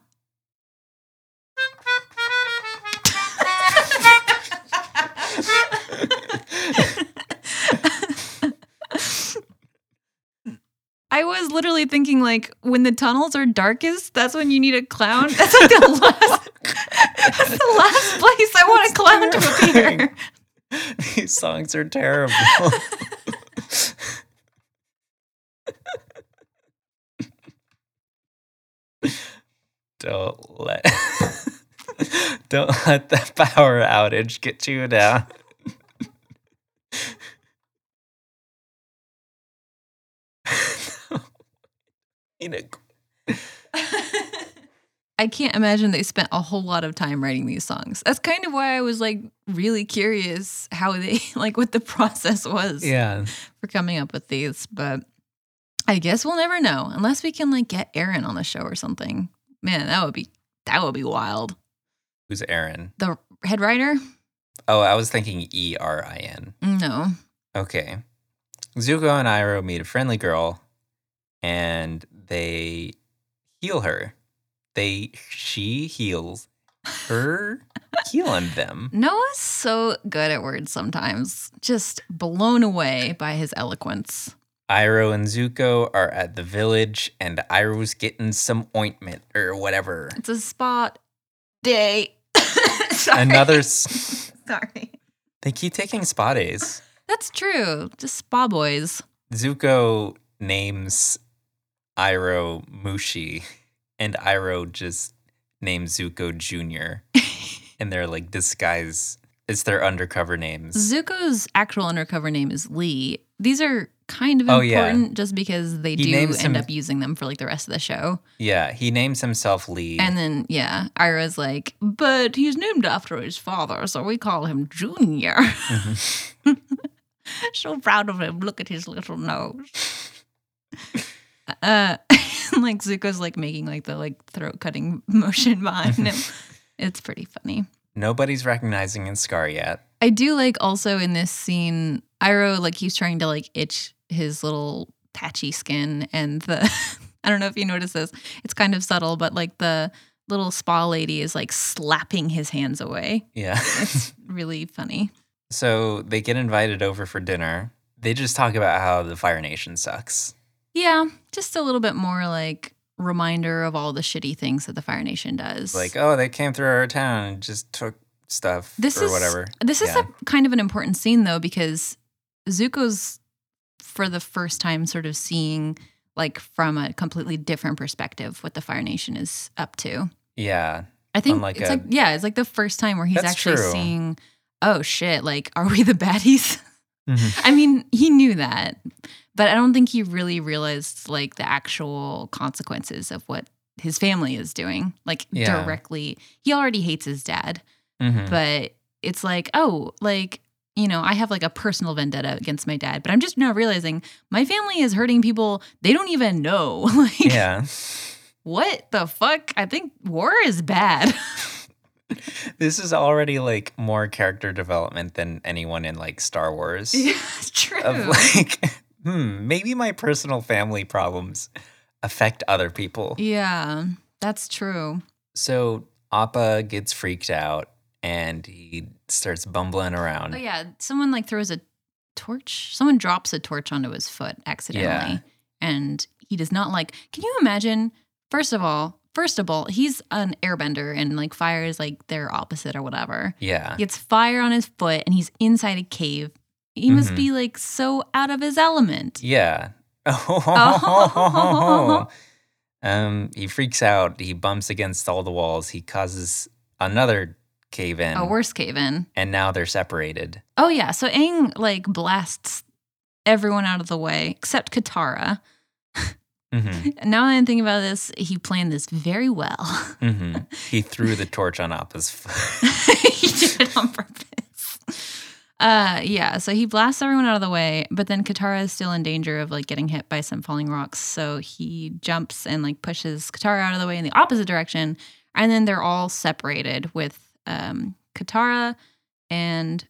Speaker 2: I was literally thinking, like, when the tunnels are darkest, that's when you need a clown. That's like the last, that's the last place I want a clown to appear.
Speaker 1: These songs are terrible. don't let don't let the power outage get you down. In a-
Speaker 2: I can't imagine they spent a whole lot of time writing these songs. That's kind of why I was like really curious how they like what the process was
Speaker 1: yeah,
Speaker 2: for coming up with these, but I guess we'll never know unless we can like get Aaron on the show or something. Man, that would be that would be wild.
Speaker 1: who's Aaron?
Speaker 2: The head writer?
Speaker 1: Oh, I was thinking E R I N.
Speaker 2: No.
Speaker 1: Okay. Zuko and Iroh meet a friendly girl and they heal her. They she heals her healing them.
Speaker 2: Noah's so good at words sometimes. Just blown away by his eloquence.
Speaker 1: Iroh and Zuko are at the village and Iroh's getting some ointment or whatever.
Speaker 2: It's a spot day. Sorry.
Speaker 1: Another s-
Speaker 2: Sorry.
Speaker 1: They keep taking spa days.
Speaker 2: That's true. Just spa boys.
Speaker 1: Zuko names Iroh Mushi, and Iroh just names Zuko Jr. and they're like disguise. It's their undercover names.
Speaker 2: Zuko's actual undercover name is Lee. These are kind of
Speaker 1: Oh, yeah.
Speaker 2: important just because they
Speaker 1: He
Speaker 2: do end
Speaker 1: names him-
Speaker 2: up using them for like the rest of the show.
Speaker 1: Yeah, he names himself Lee.
Speaker 2: And then, yeah, Ira's like, but he's named after his father, so we call him Junior.
Speaker 1: Mhm.
Speaker 2: so proud of him. Look at his little nose. Uh, like Zuko's like making like the like throat cutting motion behind him. It's pretty funny.
Speaker 1: Nobody's recognizing his scar yet.
Speaker 2: I do like also in this scene, Iroh like he's trying to like itch his little patchy skin and the I don't know if you notice this. It's kind of subtle, but like the little spa lady is like slapping his hands away.
Speaker 1: Yeah.
Speaker 2: It's really funny.
Speaker 1: so they get invited over for dinner. They just talk about how the Fire Nation sucks.
Speaker 2: Yeah, just a little bit more like reminder of all the shitty things that the Fire Nation does.
Speaker 1: Like, oh, they came through our town and just took stuff
Speaker 2: This
Speaker 1: or
Speaker 2: is-
Speaker 1: whatever.
Speaker 2: This is
Speaker 1: Yeah.
Speaker 2: a kind of an important scene though because Zuko's for the first time sort of seeing like from a completely different perspective what the Fire Nation is up to.
Speaker 1: Yeah.
Speaker 2: I think
Speaker 1: Unlike
Speaker 2: it's
Speaker 1: a-
Speaker 2: like yeah, it's like the first time where he's
Speaker 1: That's
Speaker 2: actually
Speaker 1: true.
Speaker 2: seeing oh shit, like are we the baddies?
Speaker 1: Mm-hmm.
Speaker 2: I mean, he knew that, but I don't think he really realized like the actual consequences of what his family is doing. Like
Speaker 1: Yeah.
Speaker 2: directly. He already hates his dad
Speaker 1: Mhm.
Speaker 2: but it's like oh like you know i have like a personal vendetta against my dad but i'm just now realizing my family is hurting people they don't even know like
Speaker 1: yeah.
Speaker 2: what the fuck i think war is bad
Speaker 1: This is already like more character development than anyone in like Star Wars.
Speaker 2: it's true
Speaker 1: Of like, hmm, maybe my personal family problems affect other people.
Speaker 2: yeah that's true
Speaker 1: So Appa gets freaked out and he starts bumbling around.
Speaker 2: oh yeah someone like throws a torch someone drops a torch onto his foot accidentally and he does not like. Can you imagine? First of all, first of all, he's an airbender and like fire is like their opposite or whatever.
Speaker 1: Yeah.
Speaker 2: He gets fire on his foot and he's inside a cave. He must
Speaker 1: Mhm.
Speaker 2: be like so out of his element.
Speaker 1: Yeah. um, he freaks out. He bumps against all the walls. He causes another cave in.
Speaker 2: A worse cave in.
Speaker 1: and now they're separated.
Speaker 2: Oh yeah, so Aang like blasts everyone out of the way except Katara.
Speaker 1: hmm
Speaker 2: Now that I'm thinking about this, he planned this very well.
Speaker 1: hmm he threw the torch on Appa's foot.
Speaker 2: he did it on purpose. Uh yeah, so he blasts everyone out of the way, but then Katara is still in danger of like getting hit by some falling rocks, so he jumps and like pushes Katara out of the way in the opposite direction, and then they're all separated with um Katara and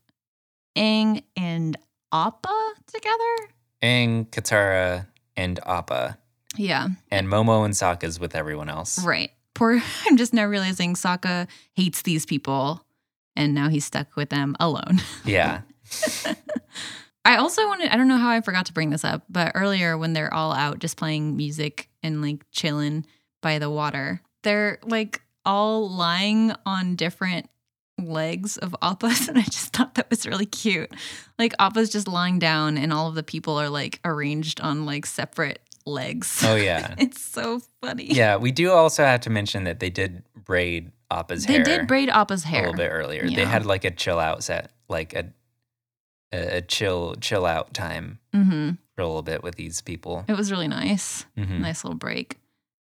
Speaker 2: Aang and Appa together.
Speaker 1: Aang, Katara, and Appa.
Speaker 2: Yeah.
Speaker 1: And Momo and Sokka's with everyone else.
Speaker 2: Right. Poor. I'm just now realizing Sokka hates these people, and now he's stuck with them alone.
Speaker 1: Yeah.
Speaker 2: I also wanted. I don't know how I forgot to bring this up, but earlier when they're all out just playing music and like chilling by the water, they're like all lying on different legs of Appa's, and I just thought that was really cute. Like Appa's just lying down, and all of the people are like arranged on like separate legs.
Speaker 1: Oh, yeah.
Speaker 2: It's so funny.
Speaker 1: Yeah. We do also have to mention that they did braid Appa's
Speaker 2: They
Speaker 1: hair.
Speaker 2: did braid Appa's
Speaker 1: a
Speaker 2: hair.
Speaker 1: little bit earlier. They
Speaker 2: Yeah.
Speaker 1: had like a chill out set, like a a a chill chill out time
Speaker 2: Mm-hmm.
Speaker 1: for a little bit with these people.
Speaker 2: It was really nice.
Speaker 1: Mhm.
Speaker 2: Nice little break.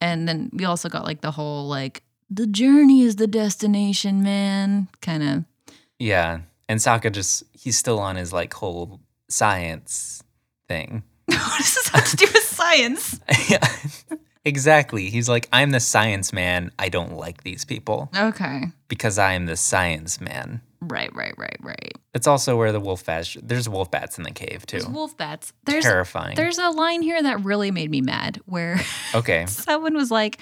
Speaker 2: And then we also got like the whole like the journey is the destination, man. Kind of
Speaker 1: Yeah, and Sokka just he's still on his like whole science thing.
Speaker 2: what does this have to do with science?
Speaker 1: Yeah, exactly. He's like, I'm the science man. I don't like these people
Speaker 2: Okay.
Speaker 1: because I am the science man.
Speaker 2: Right, right, right, right.
Speaker 1: That's also where the wolf bats. There's wolf bats in the cave too.
Speaker 2: There's wolf bats. There's
Speaker 1: Terrifying.
Speaker 2: there's a line here that really made me mad where
Speaker 1: okay.
Speaker 2: someone was like,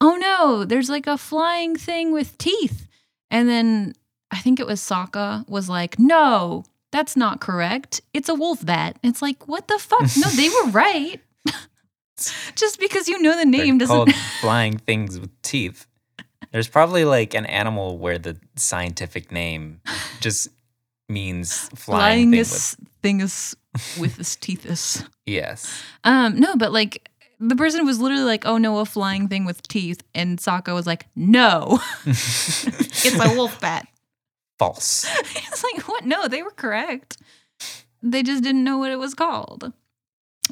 Speaker 2: "Oh no, there's like a flying thing with teeth." And then I think it was Sokka was like, "No, that's not correct. It's a wolf bat." It's like, "What the fuck? No, they were right." Just because you know the
Speaker 1: They're
Speaker 2: name doesn't
Speaker 1: called flying things with teeth. There's probably like an animal where the scientific name just means flying,
Speaker 2: flying
Speaker 1: thing with,
Speaker 2: is thing is with his teeth is.
Speaker 1: yes.
Speaker 2: Um, no, but like the person was literally like, "Oh no, a flying thing with teeth," and Sokka was like, "No, it's a wolf bat."
Speaker 1: false.
Speaker 2: it's like what no they were correct they just didn't know what it was called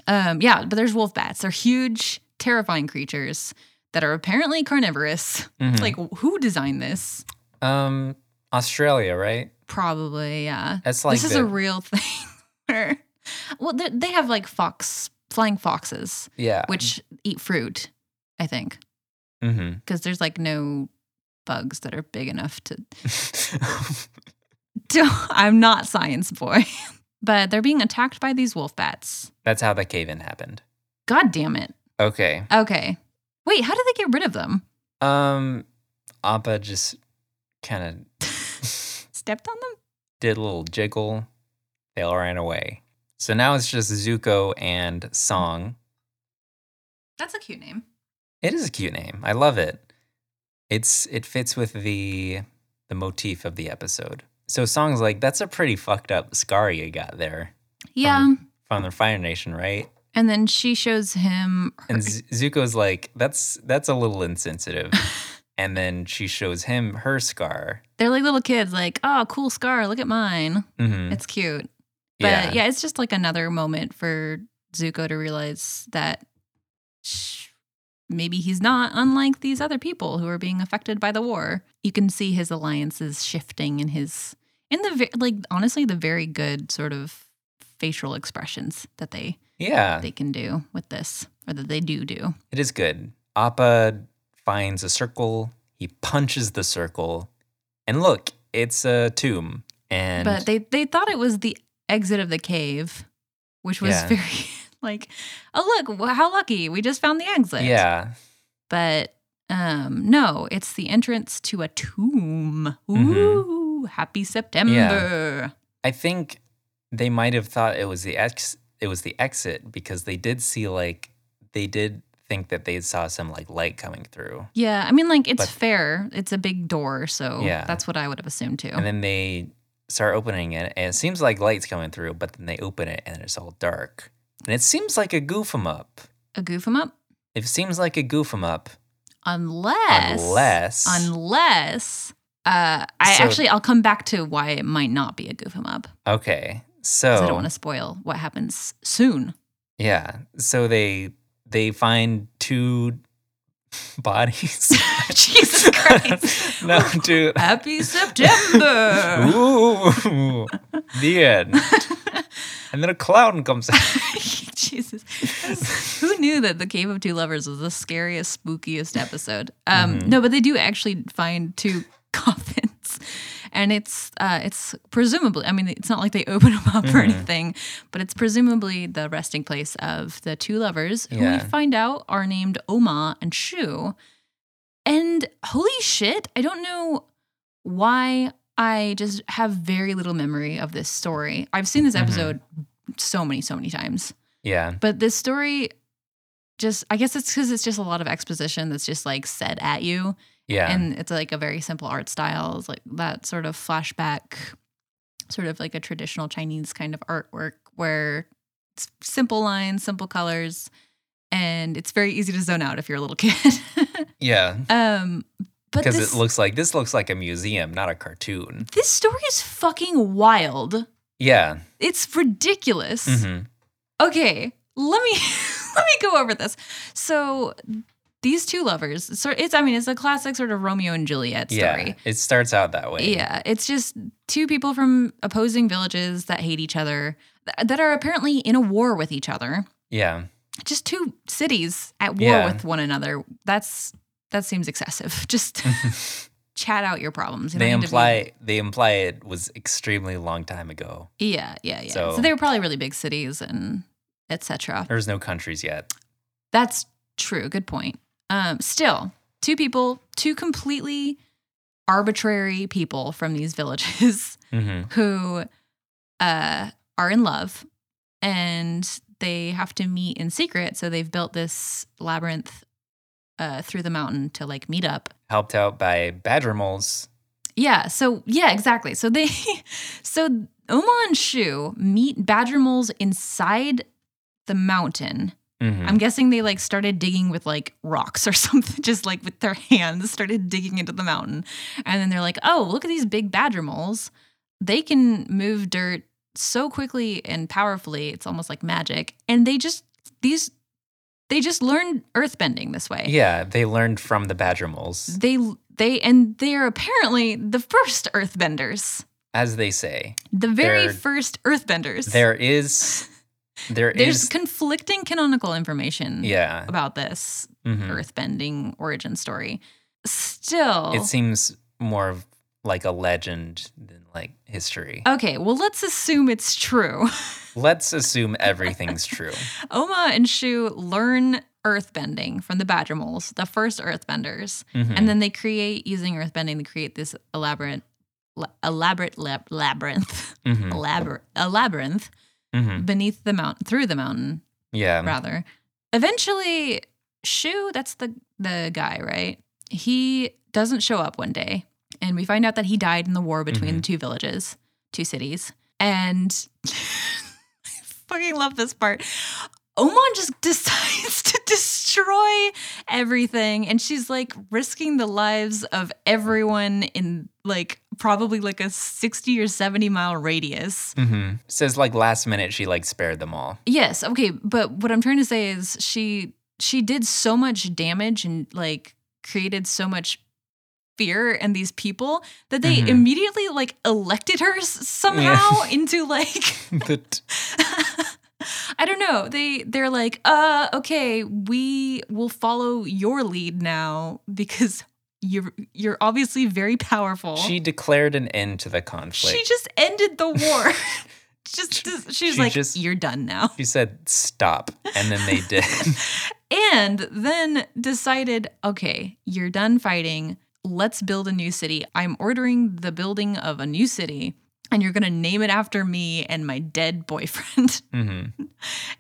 Speaker 2: um yeah but there's wolf bats they're huge terrifying creatures that are apparently carnivorous
Speaker 1: Mhm.
Speaker 2: like who designed this
Speaker 1: um, Australia, right?
Speaker 2: probably yeah
Speaker 1: That's like
Speaker 2: this is
Speaker 1: the-
Speaker 2: a real thing where, well they, they have like fox flying foxes
Speaker 1: yeah.
Speaker 2: which eat fruit i think
Speaker 1: Mhm.
Speaker 2: because there's like no bugs that are big enough to i'm not science boy but they're being attacked by these wolf bats
Speaker 1: That's how the cave in happened.
Speaker 2: God damn it.
Speaker 1: Okay.
Speaker 2: Okay. Wait, how did they get rid of them?
Speaker 1: Um, Appa just kind of
Speaker 2: Stepped on them?
Speaker 1: did a little jiggle. They all ran away. So now it's just Zuko and Song.
Speaker 2: That's a cute name.
Speaker 1: It is a cute name. I love it. It's it fits with the the motif of the episode. So songs like that's a pretty fucked up scar you got there
Speaker 2: Yeah.
Speaker 1: from the Fire Nation, right?
Speaker 2: and then she shows him her-
Speaker 1: And Z- Zuko's like that's that's a little insensitive. and then she shows him her scar.
Speaker 2: they're like little kids, like, oh, cool scar, look at mine.
Speaker 1: hmm
Speaker 2: It's cute. But
Speaker 1: Yeah.
Speaker 2: yeah. it's just like another moment for Zuko to realize that sh- maybe he's not unlike these other people who are being affected by the war. You can see his alliances shifting in his in the ve- like honestly the very good sort of facial expressions that they
Speaker 1: yeah,
Speaker 2: they can do with this or that they do do.
Speaker 1: it is good. Appa finds a circle. He punches the circle, and look, it's a tomb. And
Speaker 2: but they they thought it was the exit of the cave, which was
Speaker 1: Yeah.
Speaker 2: very like, oh look, wh- how lucky we just found the exit.
Speaker 1: yeah,
Speaker 2: But um no, it's the entrance to a tomb. Ooh,
Speaker 1: Mhm.
Speaker 2: happy September.
Speaker 1: I think they might have thought it was the ex it was the exit because they did see like they did think that they saw some like light coming through.
Speaker 2: Yeah, I mean, like it's
Speaker 1: But-
Speaker 2: fair. It's a big door, so
Speaker 1: Yeah.
Speaker 2: that's what I would have assumed too.
Speaker 1: And then they start opening it, and it seems like light's coming through, but then they open it and it's all dark. And it seems like a goof 'em up.
Speaker 2: a goof 'em up,
Speaker 1: It seems like a goof 'em up,
Speaker 2: unless
Speaker 1: unless
Speaker 2: unless uh, I
Speaker 1: So-
Speaker 2: actually I'll come back to why it might not be a goof 'em up
Speaker 1: okay.
Speaker 2: 'cause I
Speaker 1: So
Speaker 2: don't want to spoil what happens soon.
Speaker 1: yeah, so they they find two bodies.
Speaker 2: Jesus Christ!
Speaker 1: no, two.
Speaker 2: Happy September.
Speaker 1: Ooh, the end. And then a clown comes out.
Speaker 2: Jesus, That's- who knew that the Cave of Two Lovers was the scariest, spookiest episode? Um,
Speaker 1: Mhm.
Speaker 2: No, but they do actually find two coffins, and it's uh, it's presumably. I mean, it's not like they open them up or
Speaker 1: Mhm.
Speaker 2: anything, but it's presumably the resting place of the two lovers, who
Speaker 1: Yeah.
Speaker 2: we find out are named Oma and Shu. And holy shit, I don't know why I just have very little memory of this story. I've seen this
Speaker 1: Mhm.
Speaker 2: episode so many, so many times.
Speaker 1: Yeah,
Speaker 2: But this story just I guess it's because it's just a lot of exposition that's just like said at you.
Speaker 1: yeah.
Speaker 2: And it's like a very simple art style. It's like that sort of flashback, sort of like a traditional Chinese kind of artwork where it's simple lines, simple colors, and it's very easy to zone out if you're a little kid.
Speaker 1: yeah.
Speaker 2: um but
Speaker 1: Because
Speaker 2: this,
Speaker 1: it looks like this looks like a museum, not a cartoon.
Speaker 2: this story is fucking wild.
Speaker 1: Yeah.
Speaker 2: It's ridiculous.
Speaker 1: hmm
Speaker 2: Okay, let me let me go over this. So these two lovers, so it's I mean it's a classic sort of Romeo and Juliet
Speaker 1: Yeah.
Speaker 2: story.
Speaker 1: It starts out that way.
Speaker 2: Yeah, it's just two people from opposing villages that hate each other th- that are apparently in a war with each other.
Speaker 1: Yeah.
Speaker 2: Just two cities at war
Speaker 1: Yeah.
Speaker 2: with one another. That's that seems excessive. Just chat out your problems. You don't
Speaker 1: they
Speaker 2: need to be-
Speaker 1: imply they imply it was extremely long time ago.
Speaker 2: Yeah, yeah, yeah. So,
Speaker 1: So-
Speaker 2: they were probably really big cities and etc.
Speaker 1: There was no countries yet.
Speaker 2: That's true. Good point. Um, still, two people, two completely arbitrary people from these villages
Speaker 1: hmm
Speaker 2: who uh, are in love and they have to meet in secret. So they've built this labyrinth uh, through the mountain to like meet up.
Speaker 1: Helped out by badger moles.
Speaker 2: Yeah. So, yeah, exactly. So they, so Oma and Shu meet badger moles inside the mountain.
Speaker 1: Mhm.
Speaker 2: I'm guessing they like started digging with like rocks or something, just like with their hands, started digging into the mountain. And then they're like, oh, look at these big badger moles. They can move dirt so quickly and powerfully. It's almost like magic. And they just, these, they just learned earthbending this way.
Speaker 1: Yeah, they learned from the badger moles,
Speaker 2: They, they, and they are apparently the first earthbenders,
Speaker 1: as they say.
Speaker 2: the very
Speaker 1: They're-
Speaker 2: first earthbenders.
Speaker 1: There is, there
Speaker 2: There's
Speaker 1: is,
Speaker 2: conflicting canonical information
Speaker 1: yeah.
Speaker 2: about this
Speaker 1: mhm.
Speaker 2: earthbending origin story. Still,
Speaker 1: It seems more of like a legend than like history.
Speaker 2: okay, well, let's assume it's true.
Speaker 1: Let's assume everything's true.
Speaker 2: Oma and Shu learn earthbending from the Badger Moles, the first earthbenders,
Speaker 1: Mhm.
Speaker 2: and then they create, using earthbending, they create this elaborate. la- Elaborate lab, labyrinth,
Speaker 1: Mhm.
Speaker 2: elaborate, a labyrinth
Speaker 1: Mhm.
Speaker 2: beneath the mountain, through the mountain,
Speaker 1: Yeah.
Speaker 2: rather. Eventually, Shu, that's the the guy, right? He doesn't show up one day, and we find out that he died in the war between the two villages, two cities. And I fucking love this part. Oman just decides to destroy everything, and she's like risking the lives of everyone in like probably like a 60 or 70 mile radius.
Speaker 1: Mhm. Says like last minute she like spared them all.
Speaker 2: Yes, okay, but what I'm trying to say is she she did so much damage and like created so much fear in these people that they
Speaker 1: Mhm.
Speaker 2: immediately like elected her s- somehow into like
Speaker 1: That-
Speaker 2: I don't know. They they're like, "Uh, okay, we will follow your lead now because you're you're obviously very powerful."
Speaker 1: she declared an end to the conflict.
Speaker 2: She just ended the war. just she's
Speaker 1: She
Speaker 2: like,
Speaker 1: just-
Speaker 2: "You're done now."
Speaker 1: She said stop, and then they did.
Speaker 2: and then decided, okay, you're done fighting. Let's build a new city. I'm ordering the building of a new city and you're going to name it after me and my dead boyfriend.
Speaker 1: hmm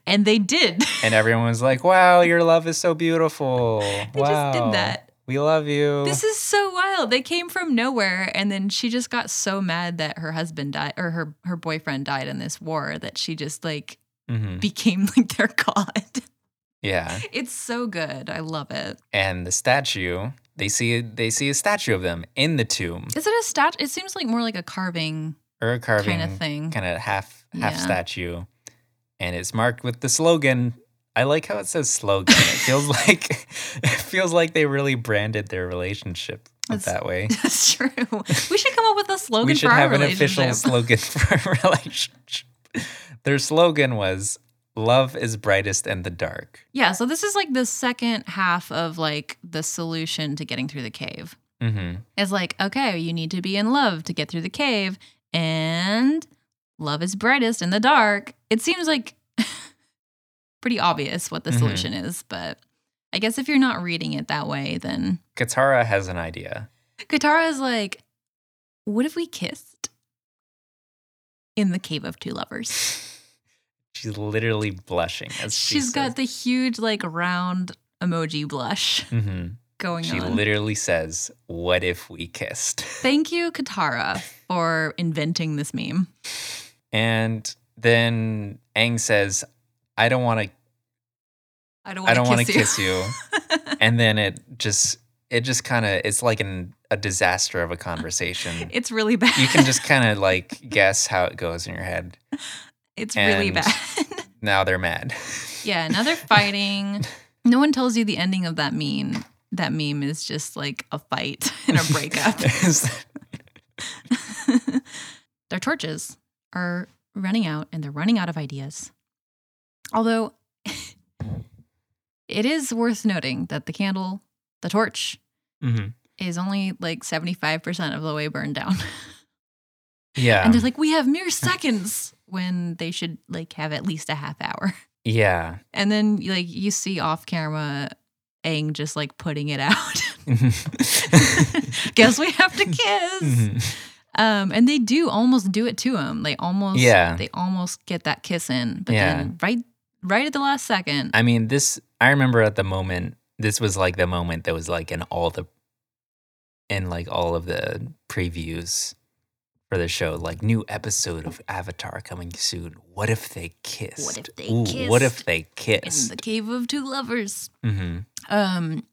Speaker 2: and they did.
Speaker 1: And everyone was like, wow, your love is so beautiful.
Speaker 2: They
Speaker 1: wow.
Speaker 2: just did that.
Speaker 1: We love you.
Speaker 2: This is so wild. They came from nowhere and then she just got so mad that her husband died or her her boyfriend died in this war that she just like
Speaker 1: Mhm.
Speaker 2: became like their god.
Speaker 1: Yeah.
Speaker 2: It's so good. I love it.
Speaker 1: And the statue, they see they see a statue of them in the tomb
Speaker 2: Is it a statue? It seems like more like a carving
Speaker 1: or a carving
Speaker 2: kind of thing.
Speaker 1: kind of half half
Speaker 2: Yeah.
Speaker 1: statue, and it's marked with the slogan. I like how it says slogan. It feels like it feels like they really branded their relationship
Speaker 2: That's-
Speaker 1: that way.
Speaker 2: That's true. We should come up with a slogan
Speaker 1: we should
Speaker 2: for our
Speaker 1: have an
Speaker 2: relationship.
Speaker 1: official slogan for our relationship. Their slogan was "Love is brightest in the dark."
Speaker 2: Yeah, so this is like the second half of like the solution to getting through the cave.
Speaker 1: hmm
Speaker 2: It's like, okay, you need to be in love to get through the cave, and love is brightest in the dark. It seems like pretty obvious what the
Speaker 1: Mhm.
Speaker 2: solution is, but I guess if you're not reading it that way, then
Speaker 1: Katara has an idea.
Speaker 2: Katara is like, what if we kissed in the cave of two lovers?
Speaker 1: She's literally blushing as she
Speaker 2: She's got the huge, like, round emoji blush
Speaker 1: hmm
Speaker 2: going
Speaker 1: She
Speaker 2: on.
Speaker 1: literally says, "What if we kissed?"
Speaker 2: Thank you, Katara, for inventing this meme.
Speaker 1: And then Aang says, "I don't want to.
Speaker 2: I don't
Speaker 1: I don't
Speaker 2: want
Speaker 1: want
Speaker 2: to
Speaker 1: to kiss you." and then it just, it just kind of, it's like an a disaster of a conversation.
Speaker 2: it's really bad.
Speaker 1: you can just kind of like guess how it goes in your head.
Speaker 2: It's really
Speaker 1: and-
Speaker 2: bad.
Speaker 1: Now they're mad.
Speaker 2: yeah, now they're fighting. No one tells you the ending of that meme. That meme is just like a fight and a breakup. Their torches are running out and they're running out of ideas. Although it is worth noting that the candle, the torch,
Speaker 1: hmm
Speaker 2: is only like 75% of the way burned down.
Speaker 1: Yeah.
Speaker 2: And they're like, we have mere seconds when they should like have at least a half hour.
Speaker 1: yeah.
Speaker 2: And then like you see off camera Aang just like putting it out. Guess we have to kiss.
Speaker 1: Mhm.
Speaker 2: Um, and they do almost do it to him. They almost
Speaker 1: Yeah.
Speaker 2: they almost get that kiss in. But
Speaker 1: Yeah.
Speaker 2: then right right at the last second,
Speaker 1: I mean, this. I remember at the moment. This was like the moment that was like in all the, in like all of the previews for the show. Like new episode of Avatar coming soon. What if they kissed?
Speaker 2: they
Speaker 1: Ooh, What if
Speaker 2: kissed
Speaker 1: they
Speaker 2: in
Speaker 1: kissed?
Speaker 2: the cave of two lovers.
Speaker 1: hmm
Speaker 2: Um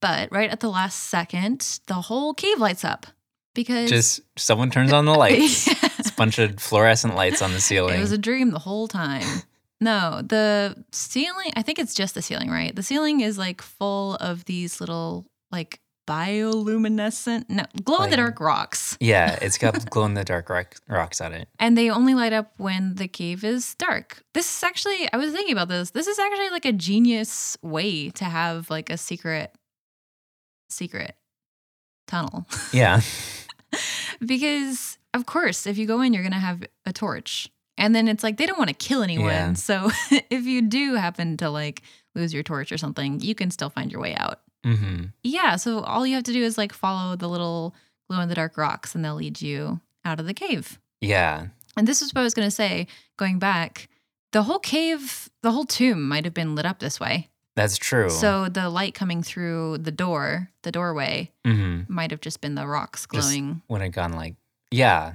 Speaker 2: but right at the last second, the whole cave lights up. Because
Speaker 1: Just someone turns on the lights.
Speaker 2: Yeah.
Speaker 1: It's a bunch of fluorescent lights on the ceiling.
Speaker 2: It was a dream the whole time. No, the ceiling, I think it's just the ceiling, right? The ceiling is like full of these little like bioluminescent, no, glow in the dark rocks.
Speaker 1: yeah, it's got glow in the dark rock, rocks on it.
Speaker 2: And they only light up when the cave is dark. This is actually, I was thinking about this. This is actually like a genius way to have like a secret, secret tunnel.
Speaker 1: Yeah.
Speaker 2: because of course if you go in you're going to have a torch and then it's like they don't want to kill anyone
Speaker 1: Yeah.
Speaker 2: so if you do happen to like lose your torch or something you can still find your way out
Speaker 1: hmm
Speaker 2: yeah so all you have to do is like follow the little glow in the dark rocks and they'll lead you out of the cave
Speaker 1: Yeah.
Speaker 2: and this is what i was going to say going back the whole cave the whole tomb might have been lit up this way
Speaker 1: That's true.
Speaker 2: so the light coming through the door the doorway
Speaker 1: hmm
Speaker 2: might have just been the rocks
Speaker 1: Just-
Speaker 2: glowing
Speaker 1: when it gone like, yeah,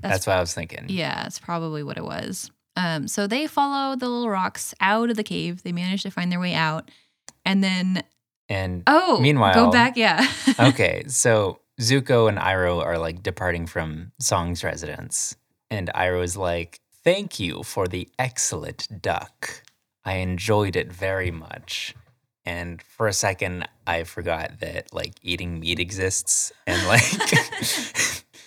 Speaker 1: that's, what I was thinking.
Speaker 2: Yeah, it's probably what it was. Um, so they follow the little rocks out of the cave. They manage to find their way out, and then
Speaker 1: And
Speaker 2: oh,
Speaker 1: Meanwhile-
Speaker 2: go back. Yeah,
Speaker 1: okay, so Zuko and Iroh are like departing from Song's residence, and Iroh is like, "Thank you for the excellent duck. I enjoyed it very much." And for a second, I forgot that like eating meat exists, and like,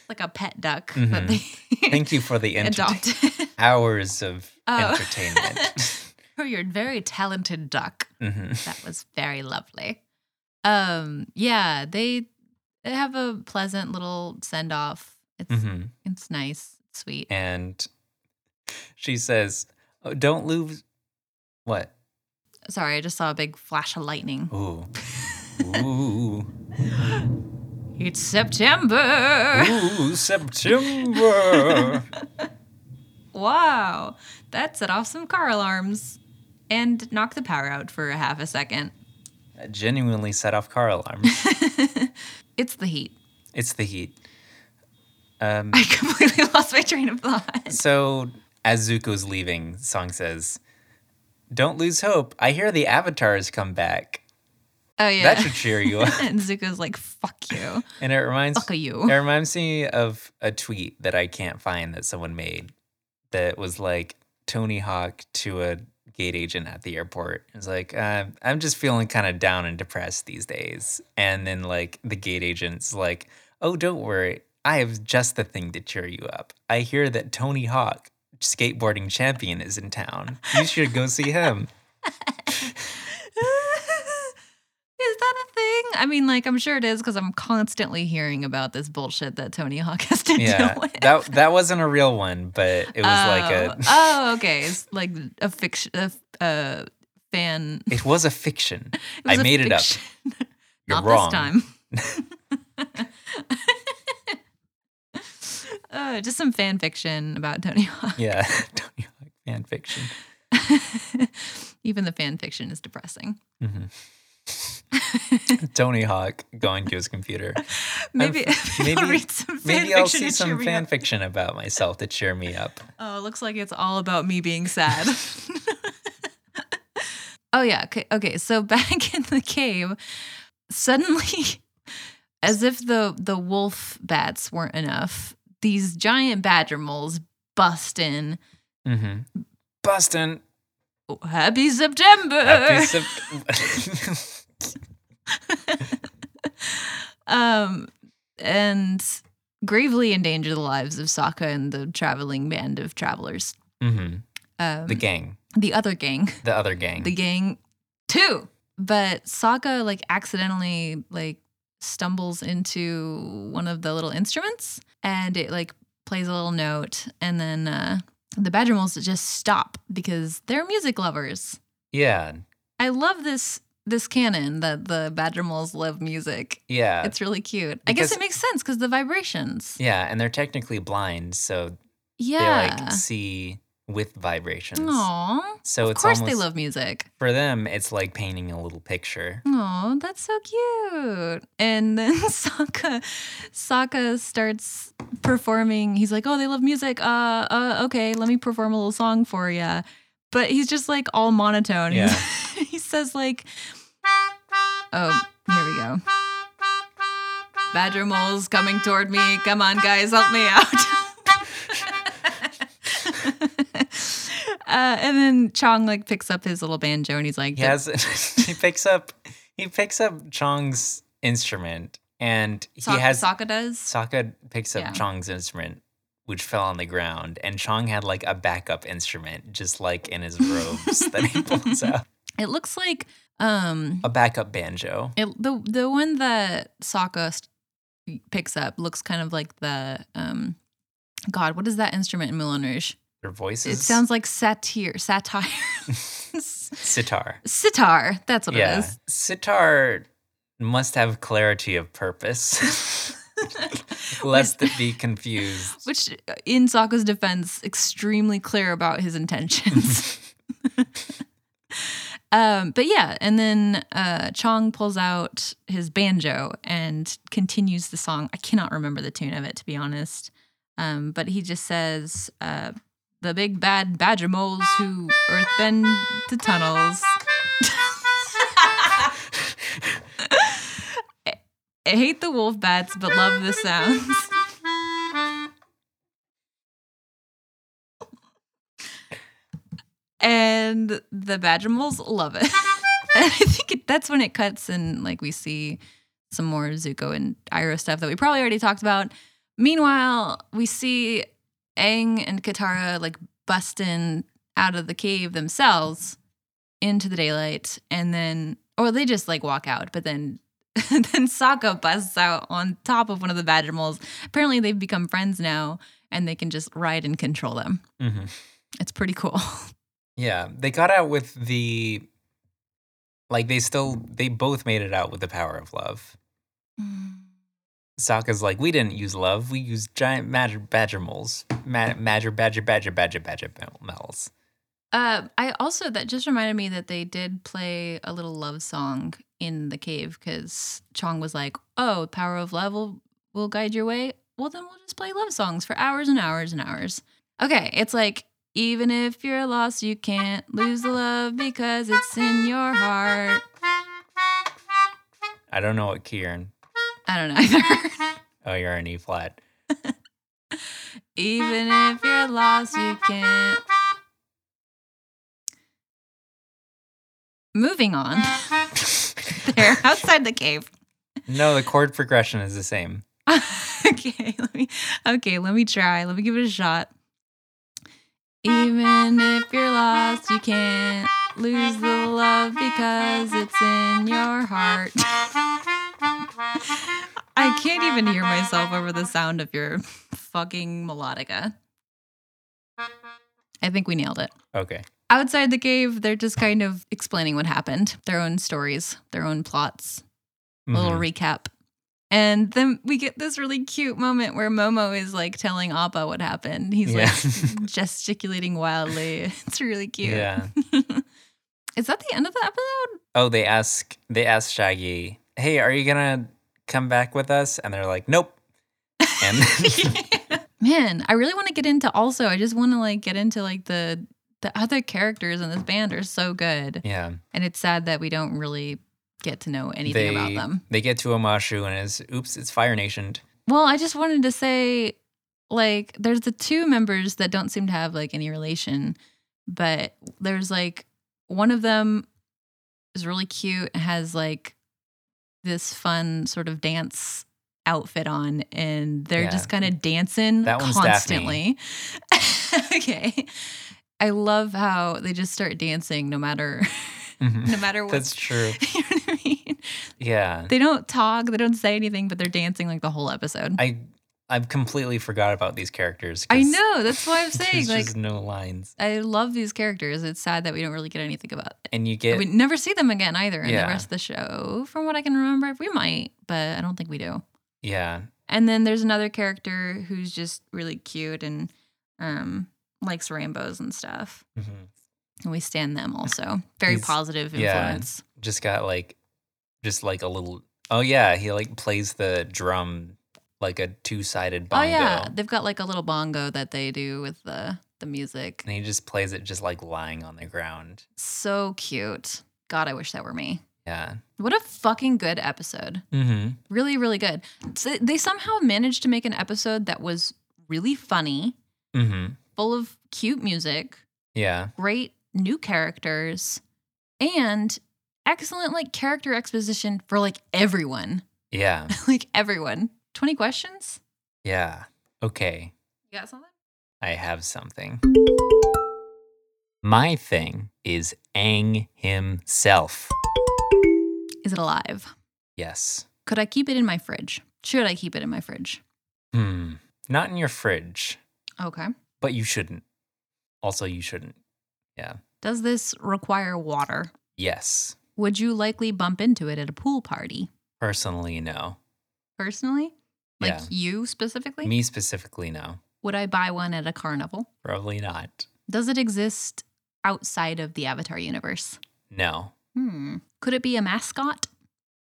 Speaker 2: like a pet duck
Speaker 1: Mhm.
Speaker 2: that they
Speaker 1: thank you for the entertain-
Speaker 2: adopted.
Speaker 1: hours of
Speaker 2: Oh.
Speaker 1: entertainment.
Speaker 2: oh, you're a very talented duck.
Speaker 1: Mhm.
Speaker 2: That was very lovely. Um, yeah, they they have a pleasant little send off. It's
Speaker 1: Mhm.
Speaker 2: it's nice, sweet.
Speaker 1: and she says, oh, "Don't lose." What? Oh.
Speaker 2: Sorry, I just saw a big flash of lightning.
Speaker 1: Ooh, ooh.
Speaker 2: It's September.
Speaker 1: Ooh, September.
Speaker 2: Wow. That set off some car alarms and knocked the power out for a half a second.
Speaker 1: That genuinely set off car alarms.
Speaker 2: It's the heat.
Speaker 1: It's the heat. Um,
Speaker 2: I completely lost my train of thought.
Speaker 1: So as Zuko's leaving, Song says, "Don't lose hope. I hear the avatars come back.
Speaker 2: Oh yeah.
Speaker 1: That should cheer you up."
Speaker 2: and Zuko's like, fuck you.
Speaker 1: And it reminds
Speaker 2: Fuck you.
Speaker 1: it reminds me of a tweet that I can't find that someone made that was like Tony Hawk to a gate agent at the airport. It's like uh, I'm just feeling kind of down and depressed these days, and then like the gate agent's like, "Oh, don't worry, I have just the thing to cheer you up. I hear that Tony Hawk, skateboarding champion, is in town. You should go see him."
Speaker 2: Is that a thing? I mean, like, I'm sure it is because I'm constantly hearing about this bullshit that Tony Hawk has to
Speaker 1: Yeah,
Speaker 2: deal with.
Speaker 1: that that wasn't a real one, but it was like a.
Speaker 2: oh, okay. It's like a fiction, a, a fan.
Speaker 1: It was a fiction.
Speaker 2: It was
Speaker 1: I
Speaker 2: a
Speaker 1: made it up.
Speaker 2: fiction.
Speaker 1: You're
Speaker 2: Not
Speaker 1: wrong.
Speaker 2: this time. uh, just some fan fiction about Tony Hawk.
Speaker 1: Yeah, Tony Hawk fan fiction.
Speaker 2: Even the fan fiction is depressing.
Speaker 1: Mm-hmm. Tony Hawk going to his computer.
Speaker 2: Maybe maybe,
Speaker 1: maybe-
Speaker 2: I'll read some fan
Speaker 1: Maybe I'll
Speaker 2: fiction
Speaker 1: see
Speaker 2: to cheer
Speaker 1: some
Speaker 2: me
Speaker 1: fan
Speaker 2: up.
Speaker 1: fiction about myself to cheer me up.
Speaker 2: Oh, it looks like it's all about me being sad. oh yeah. Okay, okay. So back in the cave, suddenly, as if the the wolf bats weren't enough, these giant badger moles bust in.
Speaker 1: Mm-hmm. Bustin.
Speaker 2: Oh, happy September.
Speaker 1: Happy Sept-
Speaker 2: um, and gravely endanger the lives of Sokka and the traveling band of travelers.
Speaker 1: Mhm.
Speaker 2: Um,
Speaker 1: The gang,
Speaker 2: the other gang,
Speaker 1: the other gang.
Speaker 2: the gang two. But Sokka like accidentally like stumbles into one of the little instruments and it like plays a little note and then uh, the badger moles just stop because they're music lovers.
Speaker 1: yeah,
Speaker 2: I love this this canon that the badger moles love music.
Speaker 1: yeah,
Speaker 2: It's really cute. I guess
Speaker 1: because-
Speaker 2: it makes sense because the vibrations.
Speaker 1: yeah. And they're technically blind, so
Speaker 2: Yeah.
Speaker 1: they like see with vibrations.
Speaker 2: Aw.
Speaker 1: So
Speaker 2: Of
Speaker 1: it's
Speaker 2: course
Speaker 1: almost
Speaker 2: they love music.
Speaker 1: for them. It's like painting a little picture.
Speaker 2: Oh, that's so cute. And then Sokka, Sokka starts performing. He's like, "Oh, they love music. Uh, uh okay, let me perform a little song for you." But he's just like all monotone. He's- he says like, "Oh, here we go. Badger mole's coming toward me. Come on, guys, help me out." Uh, and then Chong like picks up his little banjo and he's like,
Speaker 1: he has he picks up he picks up Chong's instrument and he
Speaker 2: Sok-
Speaker 1: has
Speaker 2: Sokka does.
Speaker 1: Sokka picks up
Speaker 2: Yeah.
Speaker 1: Chong's instrument which fell on the ground and Chong had like a backup instrument just like in his robes that he pulls out
Speaker 2: It looks like um
Speaker 1: a backup banjo
Speaker 2: it, the the one that Sokka st- picks up looks kind of like the um God, what is that instrument in Moulin Rouge?
Speaker 1: their voices
Speaker 2: It sounds like satir, satire,
Speaker 1: sitar
Speaker 2: sitar. That's what it
Speaker 1: yeah
Speaker 2: is.
Speaker 1: sitar must have clarity of purpose lest it be confused
Speaker 2: Which, uh, in Sokka's defense, extremely clear about his intentions. um, but yeah, and then uh, Chong pulls out his banjo and continues the song. I cannot remember the tune of it, to be honest. Um, but he just says, uh, "The big bad badger moles who earthbend the tunnels." I- I hate the wolf bats, but love the sounds. and the badger moles love it. and I think it, that's when it cuts and like we see some more Zuko and Iroh stuff that we probably already talked about. Meanwhile, we see Aang and Katara like busting out of the cave themselves into the daylight, and then or they just like walk out, but then. then Sokka busts out on top of one of the badger moles. Apparently, they've become friends now, and they can just ride and control them.
Speaker 1: Mhm.
Speaker 2: It's pretty cool.
Speaker 1: Yeah, they got out with the like they still they both made it out with the power of love. Sokka's like, we didn't use love. We used giant badger, badger moles. Ma- badger, badger, badger, badger, badger mel- mels.
Speaker 2: Uh, I also that just reminded me that they did play a little love song in the cave because Chong was like, "Oh, power of love will will guide your way." Well, then we'll just play love songs for hours and hours and hours. Okay, it's like even if you're lost, you can't lose the love because it's in your heart.
Speaker 1: I don't know what key you're in.
Speaker 2: I don't know either.
Speaker 1: Oh, you're in E flat.
Speaker 2: even if you're lost, you can't. Moving on. They're outside the cave.
Speaker 1: No, the chord progression is the same.
Speaker 2: okay, let me okay, let me try. Let me give it a shot. Even if you're lost, you can't lose the love because it's in your heart. I can't even hear myself over the sound of your fucking melodica. I think we nailed it.
Speaker 1: Okay.
Speaker 2: Outside the cave, they're just kind of explaining what happened, their own stories, their own plots a little
Speaker 1: Mhm.
Speaker 2: recap. And then we get this really cute moment where Momo is like telling Appa what happened. He's
Speaker 1: Yeah.
Speaker 2: like gesticulating wildly. It's really cute.
Speaker 1: Yeah.
Speaker 2: is that the end of the episode?
Speaker 1: Oh, they ask they ask Shaggy, "Hey, are you gonna come back with us?" And they're like, "Nope." And
Speaker 2: Man, I really want to get into also. I just want to like get into like the the other characters in this band are so good.
Speaker 1: yeah,
Speaker 2: And it's sad that we don't really get to know anything
Speaker 1: they
Speaker 2: about them.
Speaker 1: they get to Amashu and it's oops, it's Fire Nation.
Speaker 2: Well, I just wanted to say, like, there's the two members that don't seem to have like any relation, but there's like one of them is really cute, and has like this fun sort of dance outfit on, and they're
Speaker 1: Yeah.
Speaker 2: just kind of dancing
Speaker 1: That one's
Speaker 2: constantly. okay. I love how they just start dancing no matter
Speaker 1: Mhm.
Speaker 2: no matter what.
Speaker 1: That's true.
Speaker 2: you know what I mean?
Speaker 1: Yeah,
Speaker 2: They don't talk, they don't say anything, but they're dancing like the whole episode.
Speaker 1: I I've completely forgot about these characters.
Speaker 2: I
Speaker 1: 'cause
Speaker 2: know. That's why I'm saying
Speaker 1: There's
Speaker 2: like
Speaker 1: just no lines,
Speaker 2: I love these characters. It's sad that we don't really get anything about. It.
Speaker 1: and you get
Speaker 2: We never see them again either in
Speaker 1: Yeah.
Speaker 2: the rest of the show, from what I can remember. We might, but I don't think we do.
Speaker 1: yeah,
Speaker 2: And then there's another character who's just really cute and um, likes rainbows and stuff.
Speaker 1: mhm.
Speaker 2: And we stand them also. Very
Speaker 1: He's-
Speaker 2: positive
Speaker 1: yeah.
Speaker 2: influence.
Speaker 1: just got like just like a little. Oh yeah, he like plays the drum like a two sided bongo.
Speaker 2: Oh yeah, they've got like a little bongo that they do with the the music.
Speaker 1: and he just plays it just like lying on the ground.
Speaker 2: So cute. God, I wish that were me.
Speaker 1: Yeah.
Speaker 2: What a fucking good episode.
Speaker 1: Mm-hmm.
Speaker 2: really really good so they somehow managed to make an episode that was really funny
Speaker 1: Mm-hmm.
Speaker 2: full of cute music
Speaker 1: Yeah.
Speaker 2: great new characters and excellent like character exposition for like everyone
Speaker 1: Yeah.
Speaker 2: like everyone 20 questions
Speaker 1: Yeah. Okay.
Speaker 2: you got something
Speaker 1: I have something. My thing is Aang himself.
Speaker 2: is it alive
Speaker 1: Yes.
Speaker 2: could i keep it in my fridge should i keep it in my fridge
Speaker 1: Hmm. Not in your fridge,
Speaker 2: okay
Speaker 1: but you shouldn't. Also, you shouldn't. Yeah.
Speaker 2: does this require water
Speaker 1: Yes.
Speaker 2: would you likely bump into it at a pool party
Speaker 1: Personally, no.
Speaker 2: personally like
Speaker 1: Yeah.
Speaker 2: you specifically
Speaker 1: Me specifically, no.
Speaker 2: would i buy one at a carnival
Speaker 1: Probably not.
Speaker 2: Does it exist outside of the Avatar universe?
Speaker 1: No.
Speaker 2: Hmm. Could it be a mascot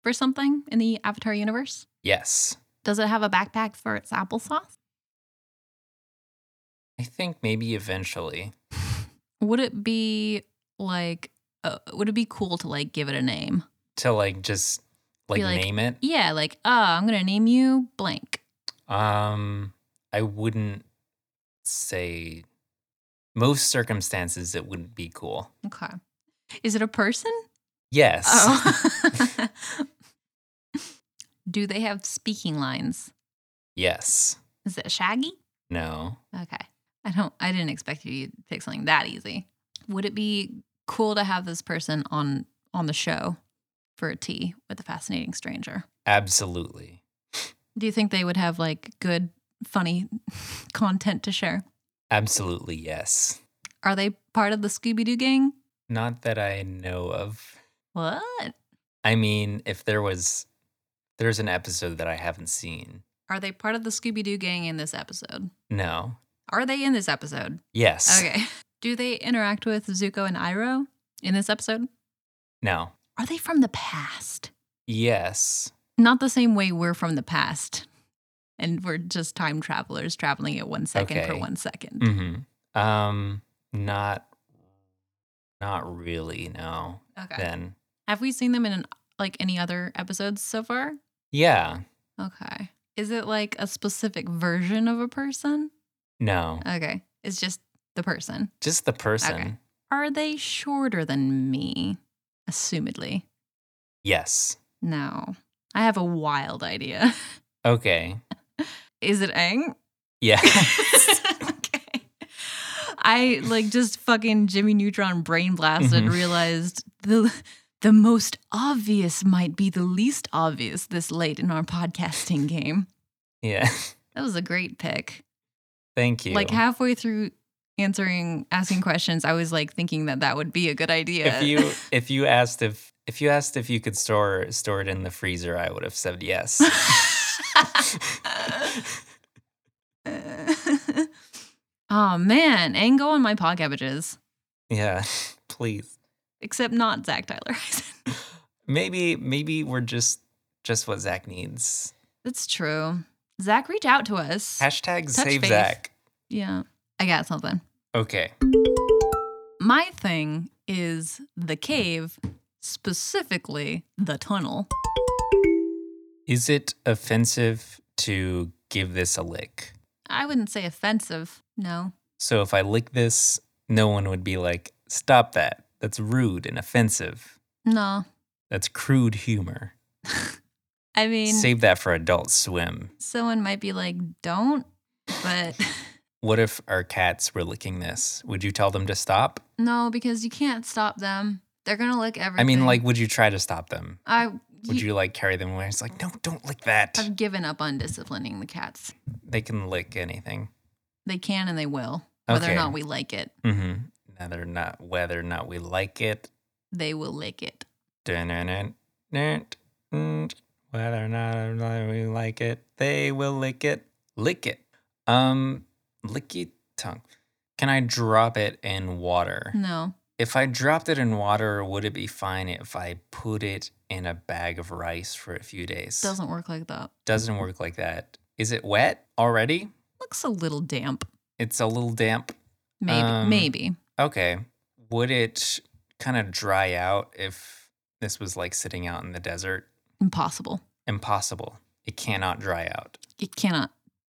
Speaker 2: for something in the Avatar universe?
Speaker 1: Yes.
Speaker 2: Does it have a backpack for its applesauce?
Speaker 1: I think maybe eventually.
Speaker 2: Would it be like, uh, would it be cool to like give it a name?
Speaker 1: To like just like,
Speaker 2: Be like-
Speaker 1: name it.
Speaker 2: Yeah, like, uh, I'm going to name you blank.
Speaker 1: Um, I wouldn't say most circumstances it wouldn't be cool.
Speaker 2: Okay. Is it a person?
Speaker 1: Yes.
Speaker 2: Oh. Do they have speaking lines?
Speaker 1: Yes.
Speaker 2: Is it Shaggy?
Speaker 1: No.
Speaker 2: Okay. I don't I didn't expect you to pick something that easy. Would it be cool to have this person on on the show for a tea with a fascinating stranger?
Speaker 1: Absolutely.
Speaker 2: Do you think they would have like good funny content to share?
Speaker 1: Absolutely yes.
Speaker 2: Are they part of the Scooby Doo gang?
Speaker 1: Not that I know of.
Speaker 2: What?
Speaker 1: I mean, if there was There's an episode that I haven't seen.
Speaker 2: Are they part of the Scooby Doo gang in this episode?
Speaker 1: No.
Speaker 2: Are they in this episode?
Speaker 1: Yes.
Speaker 2: Okay. Do they interact with Zuko and Iroh in this episode?
Speaker 1: No.
Speaker 2: Are they from the past?
Speaker 1: Yes.
Speaker 2: Not the same way we're from the past. And we're just time travelers traveling at one second for
Speaker 1: Okay.
Speaker 2: one second.
Speaker 1: Mm-hmm. Um. Not. Not really. No.
Speaker 2: Okay.
Speaker 1: Then.
Speaker 2: Have we seen them in an, like any other episodes so far?
Speaker 1: Yeah.
Speaker 2: Okay. Is it like a specific version of a person?
Speaker 1: No.
Speaker 2: Okay. It's just the person.
Speaker 1: Just the person.
Speaker 2: Are they shorter than me? Assumedly.
Speaker 1: Yes.
Speaker 2: No. I have a wild idea.
Speaker 1: Okay.
Speaker 2: Is it Aang?
Speaker 1: Yeah.
Speaker 2: okay. I like just fucking Jimmy Neutron brain blasted
Speaker 1: Mhm.
Speaker 2: realized the the most obvious might be the least obvious this late in our podcasting game.
Speaker 1: yeah.
Speaker 2: That was a great pick.
Speaker 1: Thank you.
Speaker 2: Like halfway through answering asking questions, I was like thinking that that would be a good idea.
Speaker 1: if you if you asked if if you asked if you could store store it in the freezer, I would have said yes.
Speaker 2: oh man, and go on my pod cabbages,
Speaker 1: yeah. Please.
Speaker 2: except not Zach Tyler. Eisen.
Speaker 1: Maybe maybe we're just just what Zach needs.
Speaker 2: That's true. Zach, reach out to us.
Speaker 1: Hashtag
Speaker 2: Touch
Speaker 1: save
Speaker 2: faith.
Speaker 1: Zach.
Speaker 2: yeah, I got something.
Speaker 1: Okay.
Speaker 2: My thing is the cave, specifically the tunnel.
Speaker 1: Is it offensive to give this a lick?
Speaker 2: I wouldn't say offensive. No,
Speaker 1: So if I lick this, no one would be like, stop that. That's rude and offensive.
Speaker 2: no.
Speaker 1: That's crude humor.
Speaker 2: I mean,
Speaker 1: Save that for adult swim.
Speaker 2: someone might be like, "Don't," but
Speaker 1: What if our cats were licking this? Would you tell them to stop?
Speaker 2: no, because you can't stop them. They're gonna lick everything.
Speaker 1: I mean, like, would you try to stop them?
Speaker 2: I
Speaker 1: Would you like carry them away? It's like, no, don't lick that.
Speaker 2: I've given up on disciplining the cats.
Speaker 1: They can lick anything.
Speaker 2: They can and they will, whether
Speaker 1: Okay.
Speaker 2: or not we like it.
Speaker 1: Mm-hmm. Whether or not, whether or not we like it.
Speaker 2: They will lick it.
Speaker 1: Dun-dun-dun, dun, dun. Whether or not or not we like it, they will lick it. Lick it. Um, licky tongue. Can I drop it in water?
Speaker 2: No,
Speaker 1: If I dropped it in water, would it be fine if I put it in a bag of rice for a few days?
Speaker 2: doesn't work like that.
Speaker 1: Doesn't work like that. Is it wet already?
Speaker 2: Looks a little damp.
Speaker 1: It's a little damp.
Speaker 2: Maybe,
Speaker 1: Um,
Speaker 2: maybe.
Speaker 1: Okay. Would it kind of dry out if this was like sitting out in the desert?
Speaker 2: Impossible.
Speaker 1: Impossible. It cannot dry out.
Speaker 2: It cannot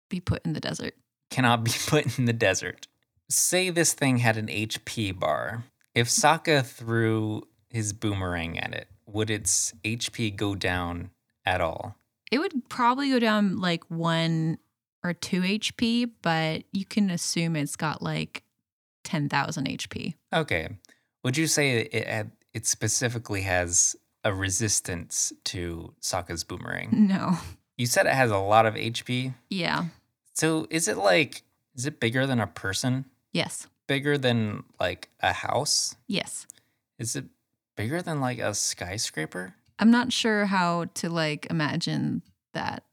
Speaker 2: be put in the desert.
Speaker 1: Cannot be put in the desert. Say this thing had an HP bar. If Sokka threw his boomerang at it, would its HP go down at all?
Speaker 2: It would probably go down like one or two HP, but you can assume it's got like 10,000 HP.
Speaker 1: Okay. Would you say it, had- it specifically has a resistance to Sokka's boomerang?
Speaker 2: No.
Speaker 1: You said it has a lot of HP.
Speaker 2: Yeah.
Speaker 1: So is it like is it bigger than a person?
Speaker 2: Yes.
Speaker 1: Bigger than like a house?
Speaker 2: Yes.
Speaker 1: Is it bigger than like a skyscraper?
Speaker 2: I'm not sure how to like imagine that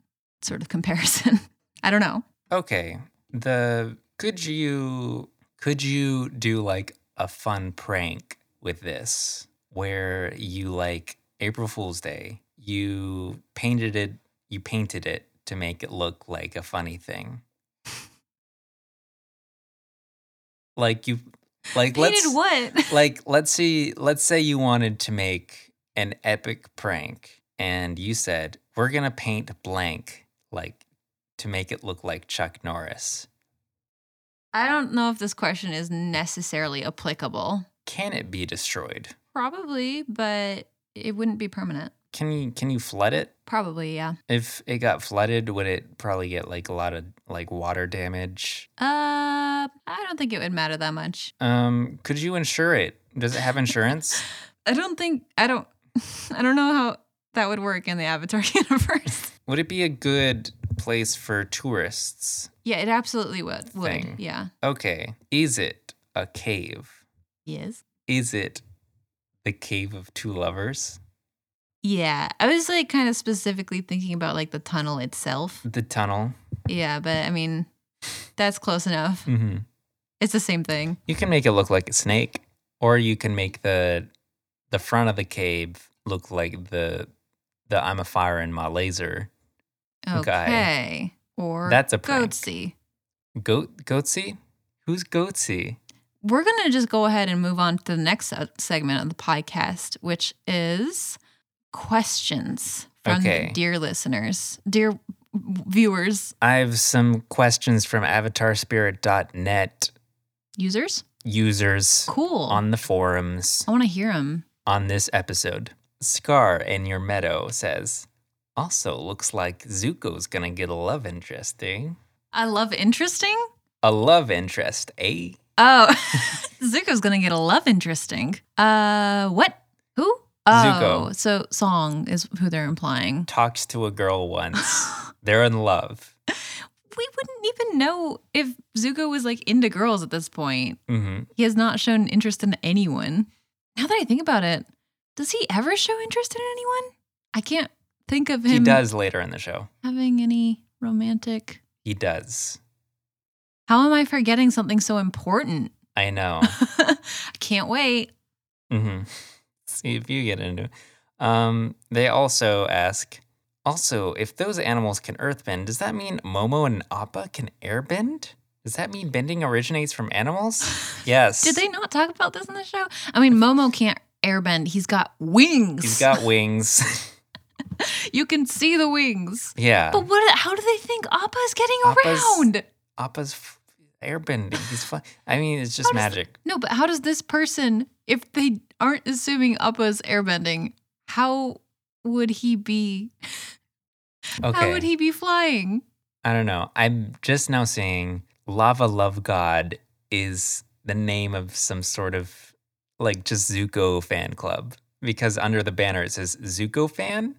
Speaker 2: sort of comparison. I don't know.
Speaker 1: Okay. The could you could you do like a fun prank with this where you like April Fool's Day, you painted it you painted it to make it look like a funny thing. Like you like let's
Speaker 2: Painted what?
Speaker 1: like let's see let's say you wanted to make an epic prank and you said we're gonna paint blank like to make it look like chuck norris
Speaker 2: I don't know if this question is necessarily applicable.
Speaker 1: can it be destroyed
Speaker 2: Probably, but it wouldn't be permanent.
Speaker 1: can you can you flood it
Speaker 2: Probably, yeah.
Speaker 1: if it got flooded would it probably get like a lot of like water damage
Speaker 2: Uh, I don't think it would matter that much.
Speaker 1: um could you insure it does it have insurance
Speaker 2: I don't think I don't I don't know how that would work in the Avatar universe.
Speaker 1: would it be a good place for tourists
Speaker 2: yeah, it absolutely would. Would
Speaker 1: Thing.
Speaker 2: yeah.
Speaker 1: okay is it a cave
Speaker 2: Yes.
Speaker 1: Is it the Cave of Two Lovers?
Speaker 2: Yeah, I was like kind of specifically thinking about like the tunnel itself.
Speaker 1: The tunnel.
Speaker 2: Yeah, but I mean, that's close enough.
Speaker 1: hmm
Speaker 2: It's the same thing.
Speaker 1: You can make it look like a snake, or you can make the the front of the cave look like the the I'm a fire in my laser.
Speaker 2: Okay.
Speaker 1: Okay.
Speaker 2: Or
Speaker 1: That's a prank.
Speaker 2: goatsy.
Speaker 1: Goat Goatsy? Who's Goatsy?
Speaker 2: We're gonna just go ahead and move on to the next se- segment of the podcast, which is questions from the
Speaker 1: Okay.
Speaker 2: dear listeners, dear viewers,
Speaker 1: I have some questions from avatarspirit.net
Speaker 2: users.
Speaker 1: users
Speaker 2: Cool.
Speaker 1: on the forums
Speaker 2: I want to hear them.
Speaker 1: on this episode. Scar in your meadow says, also looks like Zuko's gonna get a love interest, eh?
Speaker 2: I love interesting.
Speaker 1: A love interest, eh?
Speaker 2: Oh, Zuko's gonna get a love interesting. Uh, what? Who? Oh,
Speaker 1: Zuko.
Speaker 2: so Song is who they're implying.
Speaker 1: Talks to a girl once. They're in love.
Speaker 2: We wouldn't even know if Zuko was like into girls at this point.
Speaker 1: hmm
Speaker 2: He has not shown interest in anyone. Now that I think about it, does he ever show interest in anyone? I can't think of him
Speaker 1: He does later in the show.
Speaker 2: having any romantic.
Speaker 1: He does.
Speaker 2: How am I forgetting something so important?
Speaker 1: I know.
Speaker 2: I can't wait.
Speaker 1: Mm-hmm. See if you get into it. Um, they also ask, also, if those animals can earthbend, does that mean Momo and Appa can airbend? Does that mean bending originates from animals? Yes.
Speaker 2: Did they not talk about this in the show? I mean, Momo can't airbend. He's got wings.
Speaker 1: He's got wings.
Speaker 2: you can see the wings.
Speaker 1: yeah.
Speaker 2: But what? How do they think Appa's getting
Speaker 1: Appa's-
Speaker 2: around?
Speaker 1: Appa's f- airbending. He's fun. I mean, it's just
Speaker 2: How does-
Speaker 1: magic.
Speaker 2: No, but how does this person, if they aren't assuming Appa's airbending, how would he be?
Speaker 1: Okay.
Speaker 2: How would he be flying?
Speaker 1: I don't know. I'm just now seeing Lava Love God is the name of some sort of like just Zuko fan club because under the banner it says Zuko fan.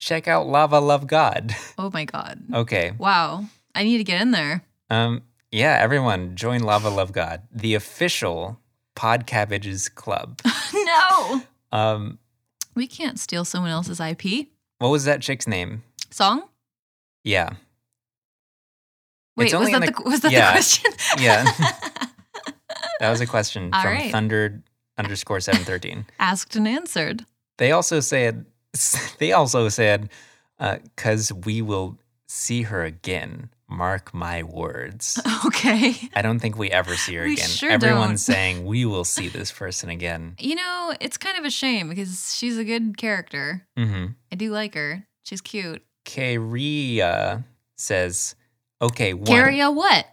Speaker 1: Check out Lava Love God.
Speaker 2: Oh my god!
Speaker 1: Okay.
Speaker 2: Wow, I need to get in there.
Speaker 1: Um yeah, everyone join Lava Love God, the official Pod Cabbages club.
Speaker 2: no,
Speaker 1: Um
Speaker 2: we can't steal someone else's IP.
Speaker 1: what was that chick's name?
Speaker 2: Song?
Speaker 1: Yeah.
Speaker 2: Wait, was
Speaker 1: only
Speaker 2: that
Speaker 1: in
Speaker 2: the, was that
Speaker 1: yeah.
Speaker 2: the question?
Speaker 1: Yeah. That was a question
Speaker 2: All
Speaker 1: from
Speaker 2: right.
Speaker 1: Thunder underscore 713.
Speaker 2: Asked and answered.
Speaker 1: They also said, they also said, because we will see her again. Mark my words.
Speaker 2: Okay.
Speaker 1: I don't think we ever see her
Speaker 2: We
Speaker 1: again.
Speaker 2: sure
Speaker 1: Everyone's
Speaker 2: don't.
Speaker 1: saying we will see this person again.
Speaker 2: You know, it's kind of a shame because she's a good character.
Speaker 1: hmm
Speaker 2: I do like her. She's cute.
Speaker 1: Karia says, okay, one.
Speaker 2: Carry a what?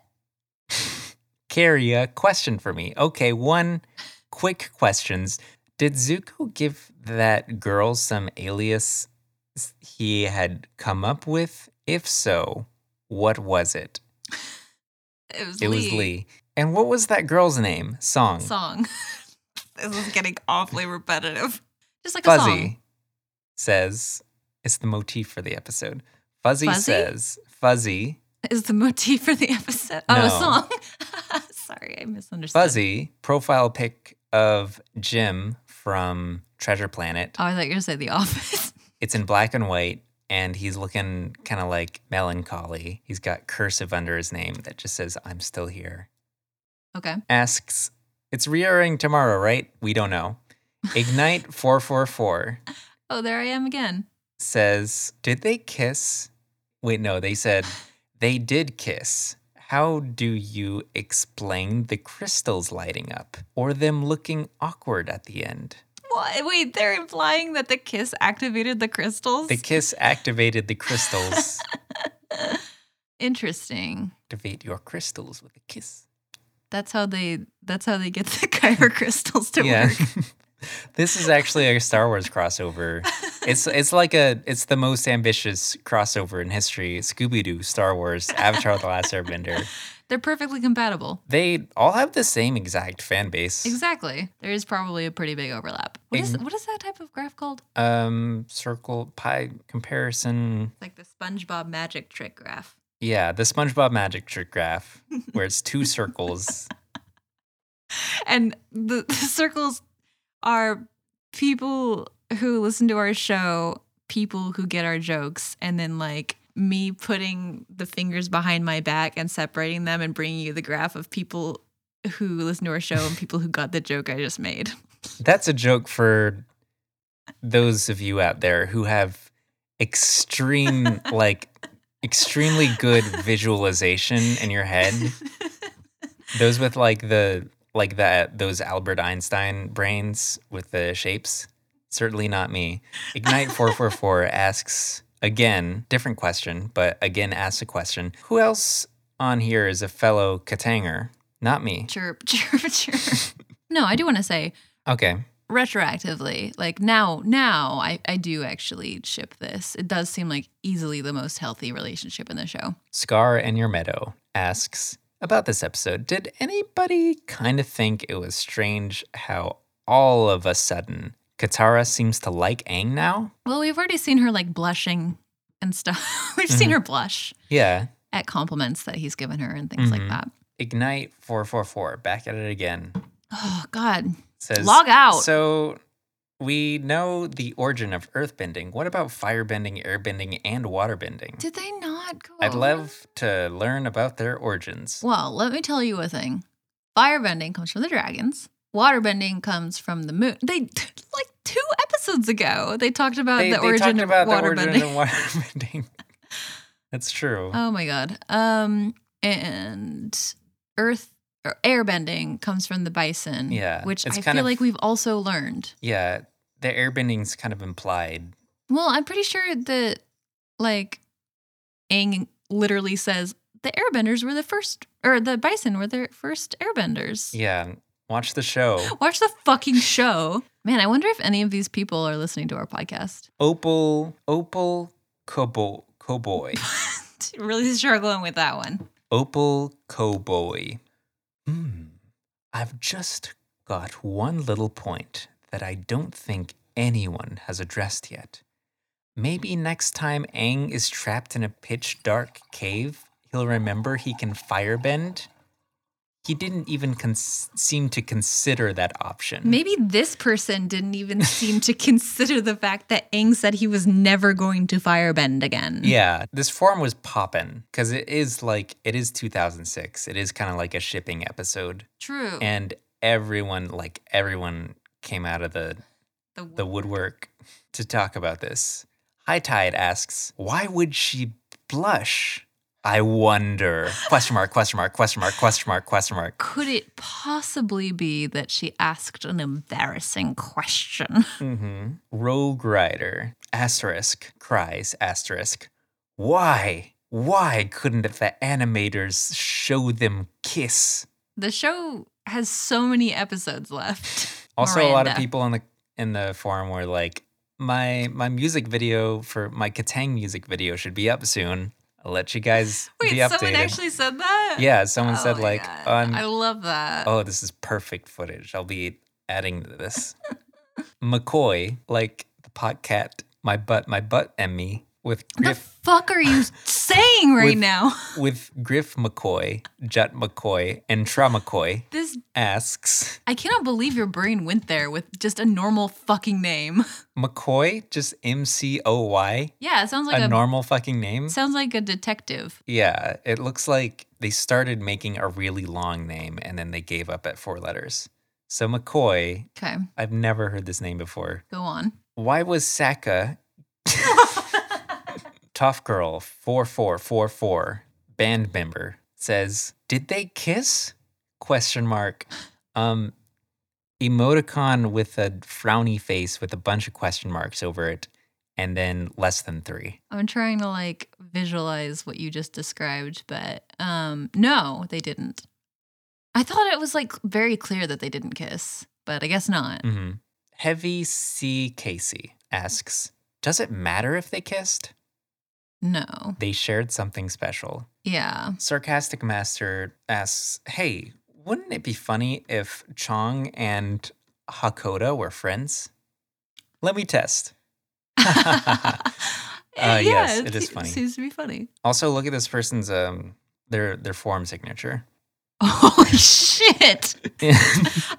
Speaker 1: Karia, question for me. Okay, one quick questions. Did Zuko give that girl some alias he had come up with? If so, what was it?
Speaker 2: It was
Speaker 1: It
Speaker 2: Lee.
Speaker 1: was Lee. And what was that girl's name? Song.
Speaker 2: Song. this is getting awfully repetitive. Just like a song.
Speaker 1: Fuzzy says it's the motif for the episode. Fuzzy,
Speaker 2: Fuzzy?
Speaker 1: says Fuzzy
Speaker 2: Is the motif for the episode? Oh, a
Speaker 1: No.
Speaker 2: song. Sorry, I misunderstood.
Speaker 1: Fuzzy profile pic of Jim from Treasure Planet.
Speaker 2: Oh, I thought you were going to say The Office.
Speaker 1: It's in black and white and he's looking kind of like melancholy. He's got cursive under his name that just says I'm still here.
Speaker 2: okay.
Speaker 1: Asks, "It's reairing tomorrow, right? We don't know." Ignite 444
Speaker 2: Oh, there I am again.
Speaker 1: says, Did they kiss? Wait, no, they said they did kiss. How do you explain the crystals lighting up or them looking awkward at the end?
Speaker 2: What? Wait, they're implying that the kiss activated the crystals?
Speaker 1: The kiss activated the crystals.
Speaker 2: Interesting.
Speaker 1: Activate your crystals with a kiss.
Speaker 2: That's how they. That's how they get the Kyber crystals to
Speaker 1: Yeah.
Speaker 2: work.
Speaker 1: this is actually a Star Wars crossover. It's it's like a it's the most ambitious crossover in history. Scooby Doo, Star Wars, Avatar: The Last Airbender.
Speaker 2: They're perfectly compatible.
Speaker 1: They all have the same exact fan base.
Speaker 2: Exactly. There is probably a pretty big overlap. What is
Speaker 1: Ex-
Speaker 2: what is that type of graph called?
Speaker 1: um circle pie comparison
Speaker 2: It's like the SpongeBob magic trick graph.
Speaker 1: yeah the spongebob magic trick graph where it's two circles
Speaker 2: And the, the circles are people who listen to our show people who get our jokes and then like me putting the fingers behind my back and separating them and bringing you the graph of people who listen to our show and people who got the joke I just made.
Speaker 1: That's a joke for those of you out there who have extreme, like, extremely good visualization in your head. Those with like the like that those Albert Einstein brains with the shapes. Certainly not me. Ignite four four four asks again, different question, but again asks a question. Who else on here is a fellow Katanger? Not me.
Speaker 2: chirp, chirp, chirp. no, I do want to say
Speaker 1: Okay.
Speaker 2: retroactively, like now, now I, I do actually ship this. It does seem like easily the most healthy relationship in the show.
Speaker 1: Scar and Your Meadow asks about this episode. Did anybody kind of think it was strange how all of a sudden Katara seems to like Aang now?
Speaker 2: Well, we've already seen her like blushing and stuff. we've
Speaker 1: Mm-hmm.
Speaker 2: seen her blush
Speaker 1: Yeah.
Speaker 2: at compliments that he's given her and things
Speaker 1: Mhm.
Speaker 2: like that.
Speaker 1: Ignite 444, back at it again.
Speaker 2: Oh God,
Speaker 1: Says
Speaker 2: log out.
Speaker 1: So we know the origin of earthbending. What about firebending, airbending, and waterbending?
Speaker 2: Did they not go?
Speaker 1: I'd
Speaker 2: over
Speaker 1: love to learn about their origins.
Speaker 2: Well, let me tell you a thing. Firebending comes from the dragons. Waterbending comes from the moon. They like two episodes ago they talked about
Speaker 1: they,
Speaker 2: the
Speaker 1: they
Speaker 2: origin
Speaker 1: talked about
Speaker 2: of
Speaker 1: the origin
Speaker 2: waterbending.
Speaker 1: of waterbending. That's true.
Speaker 2: Oh my god. Um and earth or airbending comes from the bison.
Speaker 1: Yeah,
Speaker 2: Which
Speaker 1: it's
Speaker 2: I
Speaker 1: kind
Speaker 2: feel
Speaker 1: of-
Speaker 2: like we've also learned.
Speaker 1: Yeah, the airbending's kind of implied.
Speaker 2: Well, I'm pretty sure that like Aang literally says the airbenders were the first or the bison were the first airbenders.
Speaker 1: Yeah, watch the show.
Speaker 2: Watch the fucking show. Man, I wonder if any of these people are listening to our podcast.
Speaker 1: Opal, Opal, Cobo, Cowboy,
Speaker 2: really struggling with that one.
Speaker 1: Opal, Cowboy. Hmm. I've just got one little point that I don't think anyone has addressed yet. Maybe next time Aang is trapped in a pitch dark cave, he'll remember he can firebend. He didn't even cons- seem to consider that option.
Speaker 2: Maybe this person didn't even seem to consider the fact that Aang said he was never going to firebend again.
Speaker 1: Yeah, this forum was poppin' because it is like it is 2006. It is kind of like a shipping episode,
Speaker 2: True.
Speaker 1: and everyone, like everyone, came out of the
Speaker 2: The-
Speaker 1: the woodwork to talk about this. High Tide asks, "Why would she blush?" I wonder. Question mark? Question mark? Question mark? Question mark? Question mark?
Speaker 2: Could it possibly be that she asked an embarrassing question?
Speaker 1: Mm-hmm. Rogue Rider asterisk cries asterisk. Why? Why couldn't the animators show them kiss?
Speaker 2: The show has so many episodes left.
Speaker 1: Also, a lot of
Speaker 2: Miranda.
Speaker 1: people on the in the forum were like, "My my music video for my Katang music video should be up soon. I'll let you guys
Speaker 2: Wait,
Speaker 1: be updated."
Speaker 2: someone actually said that?
Speaker 1: yeah, someone
Speaker 2: Oh
Speaker 1: said
Speaker 2: my
Speaker 1: like,
Speaker 2: God.
Speaker 1: um,
Speaker 2: I love that.
Speaker 1: "Oh, this is perfect footage. I'll be adding to this." McCoy, like the podcat, my butt, my butt, and me with
Speaker 2: the
Speaker 1: Griff
Speaker 2: fuck are you saying right
Speaker 1: With-
Speaker 2: now?
Speaker 1: with Griff McCoy, Jut McCoy, and Tra McCoy
Speaker 2: This
Speaker 1: asks.
Speaker 2: I cannot believe your brain went there with just a normal fucking name.
Speaker 1: McCoy, just M C O Y,
Speaker 2: Yeah, it sounds like
Speaker 1: a
Speaker 2: a,
Speaker 1: normal fucking name.
Speaker 2: sounds like a detective.
Speaker 1: Yeah, it looks like they started making a really long name and then they gave up at four letters. So McCoy,
Speaker 2: Okay,
Speaker 1: I've never heard this name before.
Speaker 2: go on.
Speaker 1: Why was Saka Tough Girl 4444 band member says, "Did they kiss?" question mark. Um emoticon with a frowny face with a bunch of question marks over it and then less than 3.
Speaker 2: I'm trying to like visualize what you just described, but um no, they didn't. I thought it was like very clear that they didn't kiss, but I guess not.
Speaker 1: hmm Heavy C. Casey asks, Does it matter if they kissed?
Speaker 2: No.
Speaker 1: They shared something special.
Speaker 2: Yeah.
Speaker 1: Sarcastic Master asks, Hey, wouldn't it be funny if Chong and Hakoda were friends? Let me test.
Speaker 2: Yeah,
Speaker 1: Uh, yes, it is
Speaker 2: se-
Speaker 1: funny.
Speaker 2: Seems to be funny.
Speaker 1: Also, look at this person's um their their form signature.
Speaker 2: Holy Oh, shit!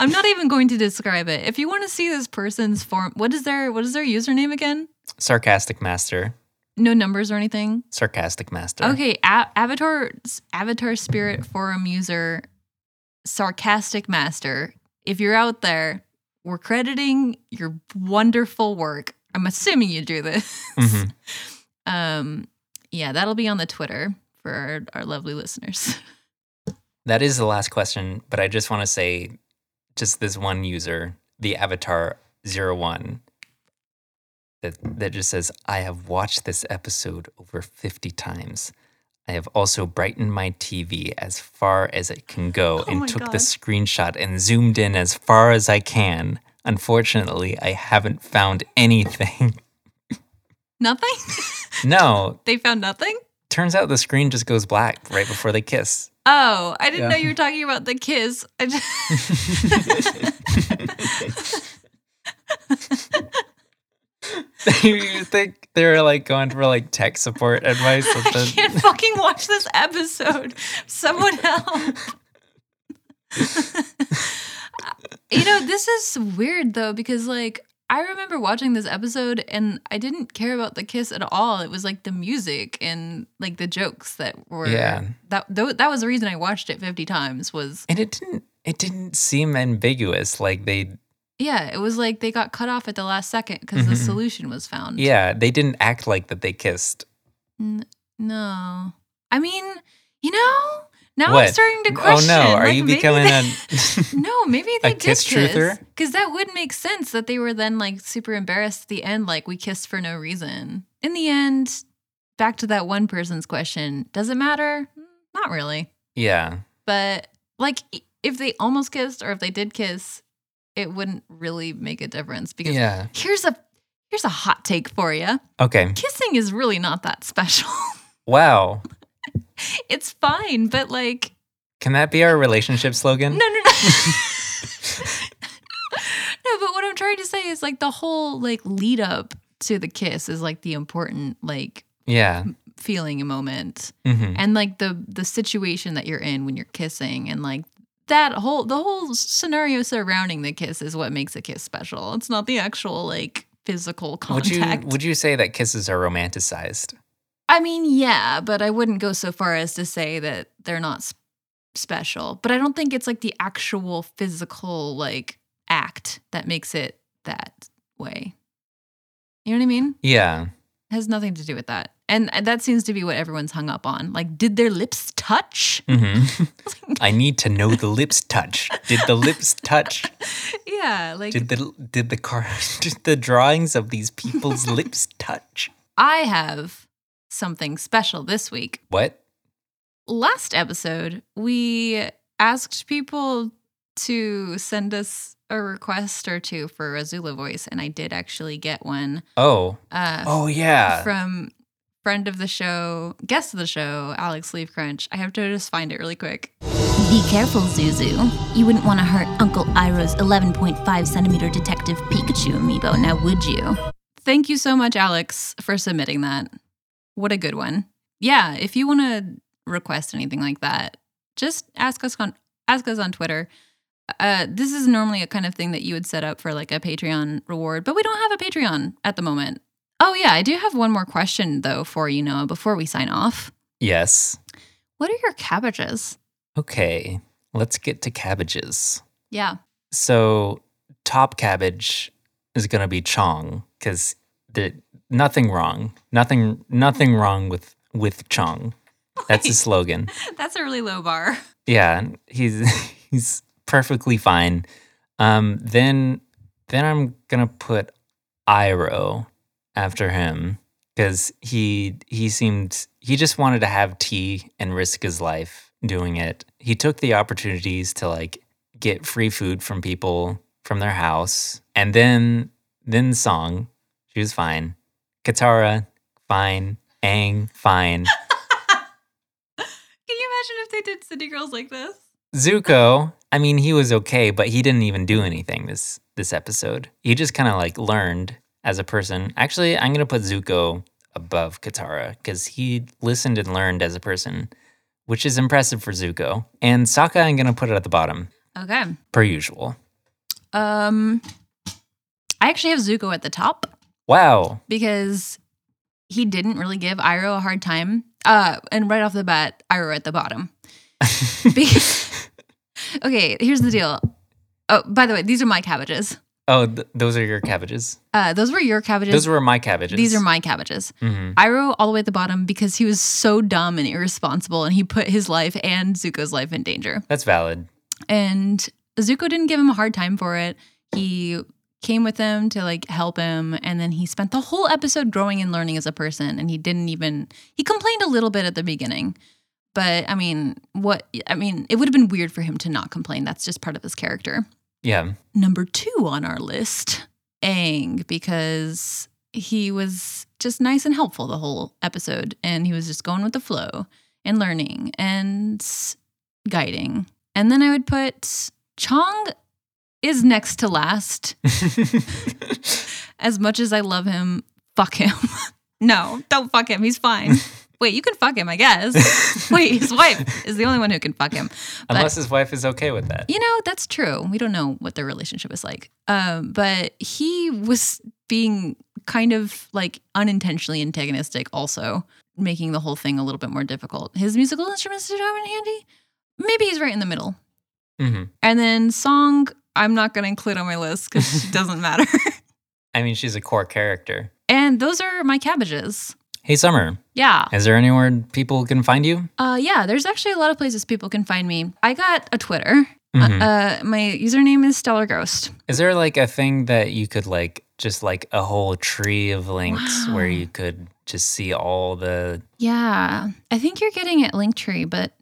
Speaker 2: I'm not even going to describe it. If you want to see this person's form, what is their what is their username again?
Speaker 1: Sarcastic Master.
Speaker 2: No numbers or anything.
Speaker 1: Sarcastic Master.
Speaker 2: Okay, a- Avatar Avatar Spirit Forum user, sarcastic master. If you're out there, we're crediting your wonderful work. I'm assuming you do this.
Speaker 1: Mhm.
Speaker 2: Um, yeah, that'll be on the Twitter for our, our lovely listeners.
Speaker 1: That is the last question, but I just want to say just this one user, the avatar 01 that that just says I have watched this episode over 50 times. I have also brightened my TV as far as it can go
Speaker 2: Oh my
Speaker 1: and took
Speaker 2: God.
Speaker 1: the screenshot and zoomed in as far as I can. Unfortunately, I haven't found anything.
Speaker 2: Nothing?
Speaker 1: no,
Speaker 2: they found nothing?
Speaker 1: turns out the screen just goes black right before they kiss.
Speaker 2: Oh, I didn't
Speaker 1: Yeah.
Speaker 2: know you were talking about the kiss. I just
Speaker 1: you think they're like going for like tech support advice with
Speaker 2: I
Speaker 1: the
Speaker 2: can't fucking watch this episode. Someone help. you know, this is weird though, because like I remember watching this episode and I didn't care about the kiss at all. It was like the music and like the jokes that were
Speaker 1: Yeah.
Speaker 2: that tho- that was the reason I watched it 50 times was
Speaker 1: and it didn't it didn't seem ambiguous like they
Speaker 2: Mm. yeah, it was like they got cut off at the last second because the
Speaker 1: Mhm.
Speaker 2: solution was found.
Speaker 1: yeah they didn't act like that they kissed
Speaker 2: N- no. I mean, you know, now I'm
Speaker 1: What?
Speaker 2: starting to
Speaker 1: oh
Speaker 2: question.
Speaker 1: no are
Speaker 2: like,
Speaker 1: you
Speaker 2: maybe
Speaker 1: becoming
Speaker 2: they-
Speaker 1: a
Speaker 2: No, maybe they did
Speaker 1: kiss
Speaker 2: kiss
Speaker 1: truther?
Speaker 2: Because that would make sense that they were then like super embarrassed at the end, like we kissed for no reason. In the end, back to that one person's question: Does it matter? Mm, Not really.
Speaker 1: yeah
Speaker 2: But like, i- if they almost kissed or if they did kiss, it wouldn't really make a difference. Because
Speaker 1: yeah
Speaker 2: here's a here's a hot take for you:
Speaker 1: okay
Speaker 2: kissing is really not that special.
Speaker 1: wow
Speaker 2: it's fine, but like,
Speaker 1: can that be our relationship slogan
Speaker 2: No, no, no. no, but what I'm trying to say is like the whole like lead up to the kiss is like the important like
Speaker 1: yeah
Speaker 2: feeling and moment
Speaker 1: hmm
Speaker 2: and like the the situation that you're in when you're kissing and like that whole the whole scenario surrounding the kiss is what makes a kiss special. It's not the actual like physical
Speaker 1: would you
Speaker 2: contact.
Speaker 1: would you say that kisses are romanticized
Speaker 2: I mean, yeah, but I wouldn't go so far as to say that they're not s- special. But I don't think it's like the actual physical like act that makes it that way. You know what I mean?
Speaker 1: yeah
Speaker 2: It has nothing to do with that. And uh, that seems to be what everyone's hung up on. Like, did their lips touch?
Speaker 1: hmm i need to know the lips touch did the lips touch
Speaker 2: yeah, like
Speaker 1: did the did the car did the drawings of these people's lips touch
Speaker 2: I have something special this week.
Speaker 1: what
Speaker 2: last episode, we asked people to send us a request or two for a Zula voice, and I did actually get one
Speaker 1: oh
Speaker 2: uh,
Speaker 1: oh yeah
Speaker 2: from friend of the show, guest of the show, Alex Leaf Crunch. I have to just find it really quick.
Speaker 4: Be careful, Zuzu. You wouldn't want to hurt Uncle Iroh's 11.5 centimeter Detective Pikachu amiibo, now would you?
Speaker 2: Thank you so much, Alex, for submitting that. What a good one. Yeah, if you want to request anything like that, just ask us on ask us on Twitter. Uh, this is normally a kind of thing that you would set up for like a Patreon reward, but we don't have a Patreon at the moment. Oh yeah, I do have one more question though for you, Noah, before we sign off.
Speaker 1: yes
Speaker 2: What are your cabbages?
Speaker 1: Okay, let's get to cabbages.
Speaker 2: Yeah.
Speaker 1: So, top cabbage is going to be Chong because nothing wrong, nothing, nothing wrong with with Chong. That's his slogan.
Speaker 2: That's a really low bar.
Speaker 1: Yeah, he's he's perfectly fine. Um, then then I'm gonna put Iro after him because he he seemed he just wanted to have tea and risk his life doing it. He took the opportunities to like get free food from people from their house, and then then Song, she was fine. Katara, fine. Aang, fine.
Speaker 2: Can you imagine if they did City Girls like this?
Speaker 1: Zuko, I mean, he was okay, but he didn't even do anything this this episode. He just kind of like learned as a person. Actually, I'm gonna put Zuko above Katara because he listened and learned as a person, which is impressive for Zuko. And Sokka, I'm going to put it at the bottom,
Speaker 2: Okay.
Speaker 1: per usual.
Speaker 2: Um, I actually have Zuko at the top
Speaker 1: Wow.
Speaker 2: because he didn't really give Iroh a hard time. Uh, and right off the bat, Iroh at the bottom. Be- okay, here's the deal. Oh, by the way, these are my cabbages.
Speaker 1: Oh, th- those are your cabbages.
Speaker 2: Uh, those were your cabbages.
Speaker 1: Those were my cabbages.
Speaker 2: These are my cabbages.
Speaker 1: Mhm.
Speaker 2: Iroh all the way at the bottom because he was so dumb and irresponsible and he put his life and Zuko's life in danger.
Speaker 1: That's valid.
Speaker 2: And Zuko didn't give him a hard time for it. He came with him to like help him and then he spent the whole episode growing and learning as a person and he didn't even he complained a little bit at the beginning. But I mean, what I mean, it would have been weird for him to not complain. That's just part of his character
Speaker 1: Yeah.
Speaker 2: number two on our list, Aang, because he was just nice and helpful the whole episode. And he was just going with the flow and learning and guiding. And then I would put Chong is next to last. As much as I love him, fuck him. no, don't fuck him. He's fine. Wait, you can fuck him, I guess. Wait, his wife is the only one who can fuck him. But-
Speaker 1: Unless his wife is okay with that.
Speaker 2: you know, that's true. We don't know what their relationship is like. Um, but he was being kind of like unintentionally antagonistic, also making the whole thing a little bit more difficult. His musical instruments did come in handy. Maybe he's right in the middle.
Speaker 1: hmm
Speaker 2: And then song, I'm not going to include on my list because it doesn't matter.
Speaker 1: I mean, she's a core character.
Speaker 2: and those are my cabbages.
Speaker 1: Hey, Summer,
Speaker 2: Yeah.
Speaker 1: is there anywhere people can find you?
Speaker 2: Uh, yeah, there's actually a lot of places people can find me. I got a Twitter.
Speaker 1: Mhm.
Speaker 2: Uh, my username is Stellar Ghost.
Speaker 1: Is there like a thing that you could like just like a whole tree of links where
Speaker 2: Wow.
Speaker 1: you could just see all the
Speaker 2: Yeah, I think you're getting at Linktree, but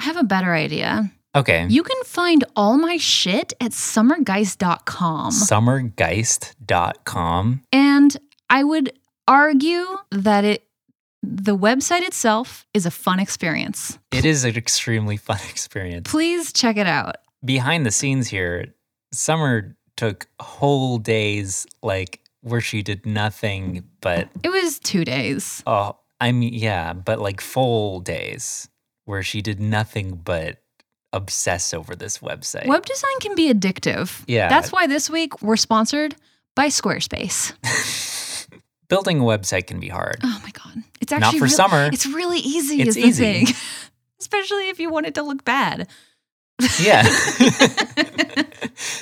Speaker 2: I have a better idea.
Speaker 1: Okay.
Speaker 2: You can find all my shit at summergeist.com.
Speaker 1: Summergeist.com.
Speaker 2: And I would argue that it the website itself is a fun experience.
Speaker 1: It is an extremely fun experience.
Speaker 2: Please check it out.
Speaker 1: Behind the scenes here, Summer took whole days like where she did nothing but
Speaker 2: It was 2 days.
Speaker 1: Oh, I mean, yeah, but like full days where she did nothing but obsess over this website.
Speaker 2: Web design can be addictive.
Speaker 1: Yeah.
Speaker 2: That's why this week we're sponsored by Squarespace.
Speaker 1: Building a website can be hard.
Speaker 2: Oh my god. It's
Speaker 1: Not
Speaker 2: actually
Speaker 1: for
Speaker 2: real-
Speaker 1: summer.
Speaker 2: It's really easy.
Speaker 1: It's
Speaker 2: is the
Speaker 1: easy.
Speaker 2: thing. Especially if you want it to look bad.
Speaker 1: Yeah.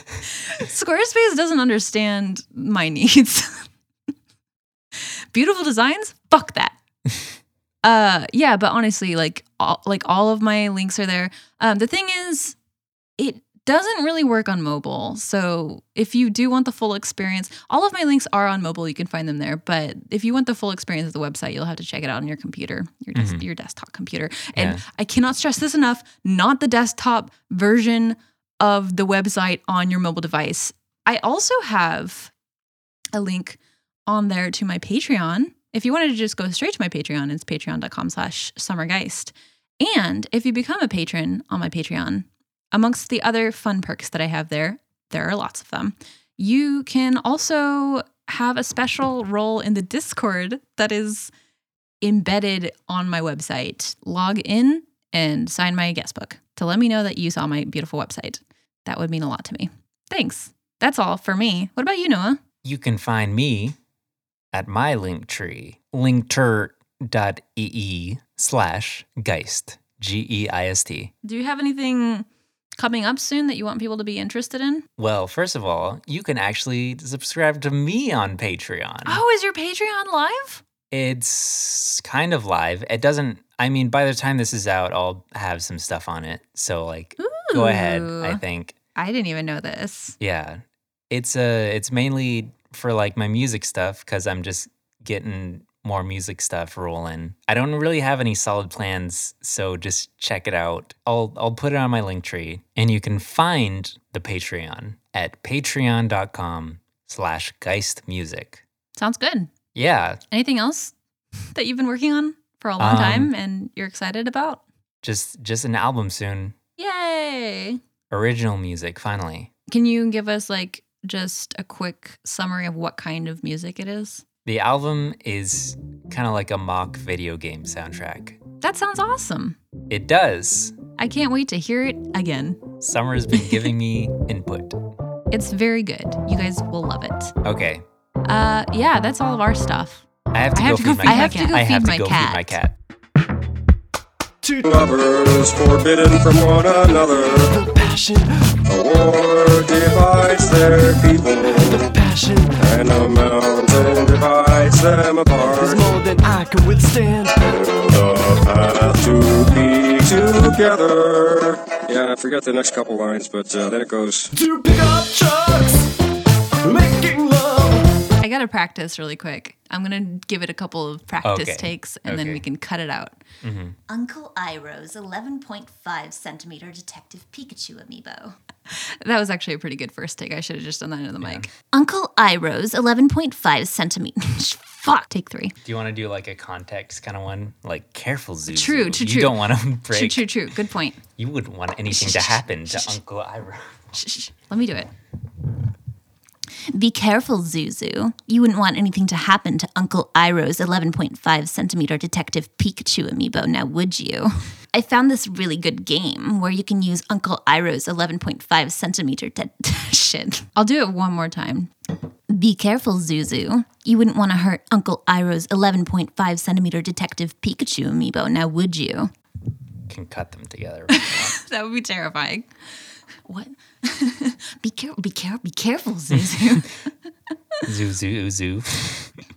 Speaker 2: Squarespace doesn't understand my needs. Beautiful designs? Fuck that. uh yeah, but honestly, like all, like all of my links are there. Um the thing is it doesn't really work on mobile. So if you do want the full experience, all of my links are on mobile, you can find them there, but if you want the full experience of the website, you'll have to check it out on your computer, your des-
Speaker 1: Mhm.
Speaker 2: your desktop computer. And
Speaker 1: Yeah.
Speaker 2: I cannot stress this enough, not the desktop version of the website on your mobile device. I also have a link on there to my Patreon. If you wanted to just go straight to my Patreon, it's patreon.com slash summergeist. And if you become a patron on my Patreon, amongst the other fun perks that I have there, there are lots of them. You can also have a special role in the Discord that is embedded on my website. Log in and sign my guestbook to let me know that you saw my beautiful website. That would mean a lot to me. Thanks. That's all for me. What about you, Noah?
Speaker 1: you can find me at my link tree, linkter.ee E slash geist, G E I S T.
Speaker 2: Do you have anything coming up soon that you want people to be interested in?
Speaker 1: Well, first of all, you can actually subscribe to me on Patreon.
Speaker 2: Oh, is your Patreon live?
Speaker 1: It's kind of live. It doesn't, I mean, by the time this is out, I'll have some stuff on it. So, like, go ahead, I
Speaker 2: Ooh.
Speaker 1: think.
Speaker 2: I didn't even know this.
Speaker 1: Yeah. It's uh it's mainly for like my music stuff cuz I'm just getting more music stuff rolling. I don't really have any solid plans, so just check it out. I'll I'll put it on my link tree and you can find the Patreon at patreon.com slash geistmusic.
Speaker 2: Sounds good.
Speaker 1: Yeah,
Speaker 2: Anything else that you've been working on for a long
Speaker 1: Um,
Speaker 2: time and you're excited about?
Speaker 1: just just an album soon.
Speaker 2: Yay!
Speaker 1: Original music finally.
Speaker 2: Can you give us like just a quick summary of what kind of music it is?
Speaker 1: The album is kind of like a mock video game soundtrack.
Speaker 2: That sounds awesome.
Speaker 1: It does.
Speaker 2: I can't wait to hear it again.
Speaker 1: Summer's been giving me input.
Speaker 2: It's very good. You guys will love it.
Speaker 1: Okay.
Speaker 2: Uh, yeah, that's all of our stuff.
Speaker 1: I have to
Speaker 2: I
Speaker 1: go
Speaker 2: have to go
Speaker 1: feed my
Speaker 2: feed
Speaker 1: cat.
Speaker 2: my cat.
Speaker 1: I have
Speaker 4: feed
Speaker 1: to
Speaker 4: my
Speaker 1: go feed my
Speaker 4: cat.
Speaker 1: cat.
Speaker 5: Two
Speaker 6: lovers forbidden from one another.
Speaker 5: the passion,
Speaker 6: A war divides their people,
Speaker 5: the passion
Speaker 6: and a mountain divides them
Speaker 5: is
Speaker 6: apart.
Speaker 5: more than I can withstand.
Speaker 6: The path to be together. Yeah, I forgot the next couple lines, but uh, then it goes.
Speaker 5: Two pickup trucks making love.
Speaker 2: I gotta practice really quick. I'm gonna give it a couple of practice
Speaker 1: Okay.
Speaker 2: takes and then
Speaker 1: Okay.
Speaker 2: we can cut it out.
Speaker 4: Uncle Iroh's 11.5 centimeter Detective Pikachu amiibo.
Speaker 2: That was actually a pretty good first take. I should have just done that into the mic.
Speaker 4: Uncle Iroh's 11.5 centimeter. Fuck.
Speaker 2: Take three.
Speaker 1: Do you want to do like a context kind of one? Like careful, Zuzu.
Speaker 2: True, true,
Speaker 1: You
Speaker 2: true.
Speaker 1: don't want to break.
Speaker 2: True, true, true. Good point.
Speaker 1: You wouldn't want anything to happen to Uncle Ira.
Speaker 2: Shh, shh, shh. Let me do it.
Speaker 4: Be careful, Zuzu. You wouldn't want anything to happen to Uncle Iroh's 11.5 centimeter Detective Pikachu amiibo, now would you? I found this really good game where you can use Uncle Iroh's 11.5 centimeter de- shit.
Speaker 2: I'll do it one more time.
Speaker 4: Be careful, Zuzu. You wouldn't want to hurt Uncle Iroh's 11.5 centimeter Detective Pikachu amiibo, now would you?
Speaker 1: Can cut them together.
Speaker 2: That would be terrifying.
Speaker 4: What? be careful, be careful, be careful, Zuzu.
Speaker 1: Zuzu, Zuzu.